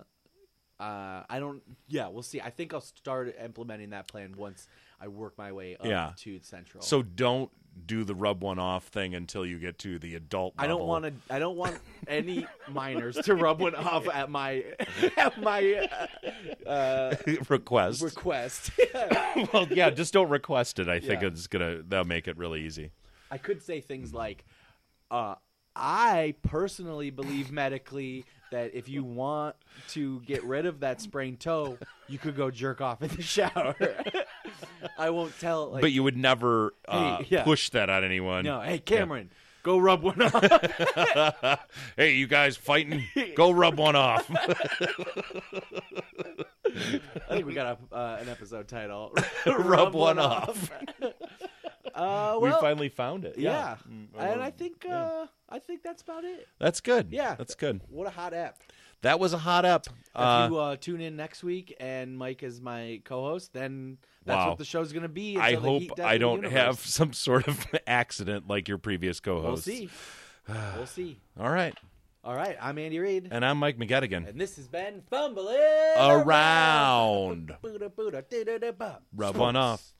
[SPEAKER 1] Uh, uh, I don't. Yeah, we'll see. I think I'll start implementing that plan once I work my way up
[SPEAKER 2] Yeah.
[SPEAKER 1] to central.
[SPEAKER 2] so don't do the rub one off thing until you get to the adult.
[SPEAKER 1] I don't want to. I don't want any minors to rub one off at my at my uh, uh,
[SPEAKER 2] to request.
[SPEAKER 1] request.
[SPEAKER 2] well, yeah, just don't request it. I think
[SPEAKER 1] Yeah.
[SPEAKER 2] it's gonna that'll make it really easy.
[SPEAKER 1] I could say
[SPEAKER 2] Mm-hmm.
[SPEAKER 1] things like, uh, I personally believe medically that if you want to get rid of that sprained toe, you could go jerk off in the shower. I won't tell. Like,
[SPEAKER 2] but you would never uh,
[SPEAKER 1] Hey, yeah.
[SPEAKER 2] push that on anyone.
[SPEAKER 1] no, hey Cameron, go rub one off.
[SPEAKER 2] Hey, you guys fighting? Go rub one off.
[SPEAKER 1] I think we got a, uh, an episode title.
[SPEAKER 2] rub, one, off.
[SPEAKER 1] Uh, well,
[SPEAKER 2] we finally found it.
[SPEAKER 1] yeah,
[SPEAKER 2] Mm,
[SPEAKER 1] and
[SPEAKER 2] or-
[SPEAKER 1] I think
[SPEAKER 2] yeah.
[SPEAKER 1] uh, I think that's about it.
[SPEAKER 2] That's good.
[SPEAKER 1] Yeah.
[SPEAKER 2] That's good.
[SPEAKER 1] What a hot app.
[SPEAKER 2] That was a hot up.
[SPEAKER 1] If
[SPEAKER 2] Uh,
[SPEAKER 1] you uh, tune in next week and Mike is my co-host, then that's
[SPEAKER 2] Wow.
[SPEAKER 1] what the show's going to be.
[SPEAKER 2] I
[SPEAKER 1] until the
[SPEAKER 2] hope
[SPEAKER 1] heat death of
[SPEAKER 2] I
[SPEAKER 1] the
[SPEAKER 2] don't
[SPEAKER 1] universe.
[SPEAKER 2] have some sort of accident like your previous co
[SPEAKER 1] We'll
[SPEAKER 2] host.
[SPEAKER 1] see. we'll see.
[SPEAKER 2] All right.
[SPEAKER 1] All right, I'm Andy Reid,
[SPEAKER 2] And I'm Mike McGettigan.
[SPEAKER 1] and this has been Fumbling
[SPEAKER 2] Around.
[SPEAKER 1] Buddha, Buddha, da-da-da-ba.
[SPEAKER 2] Rub one off.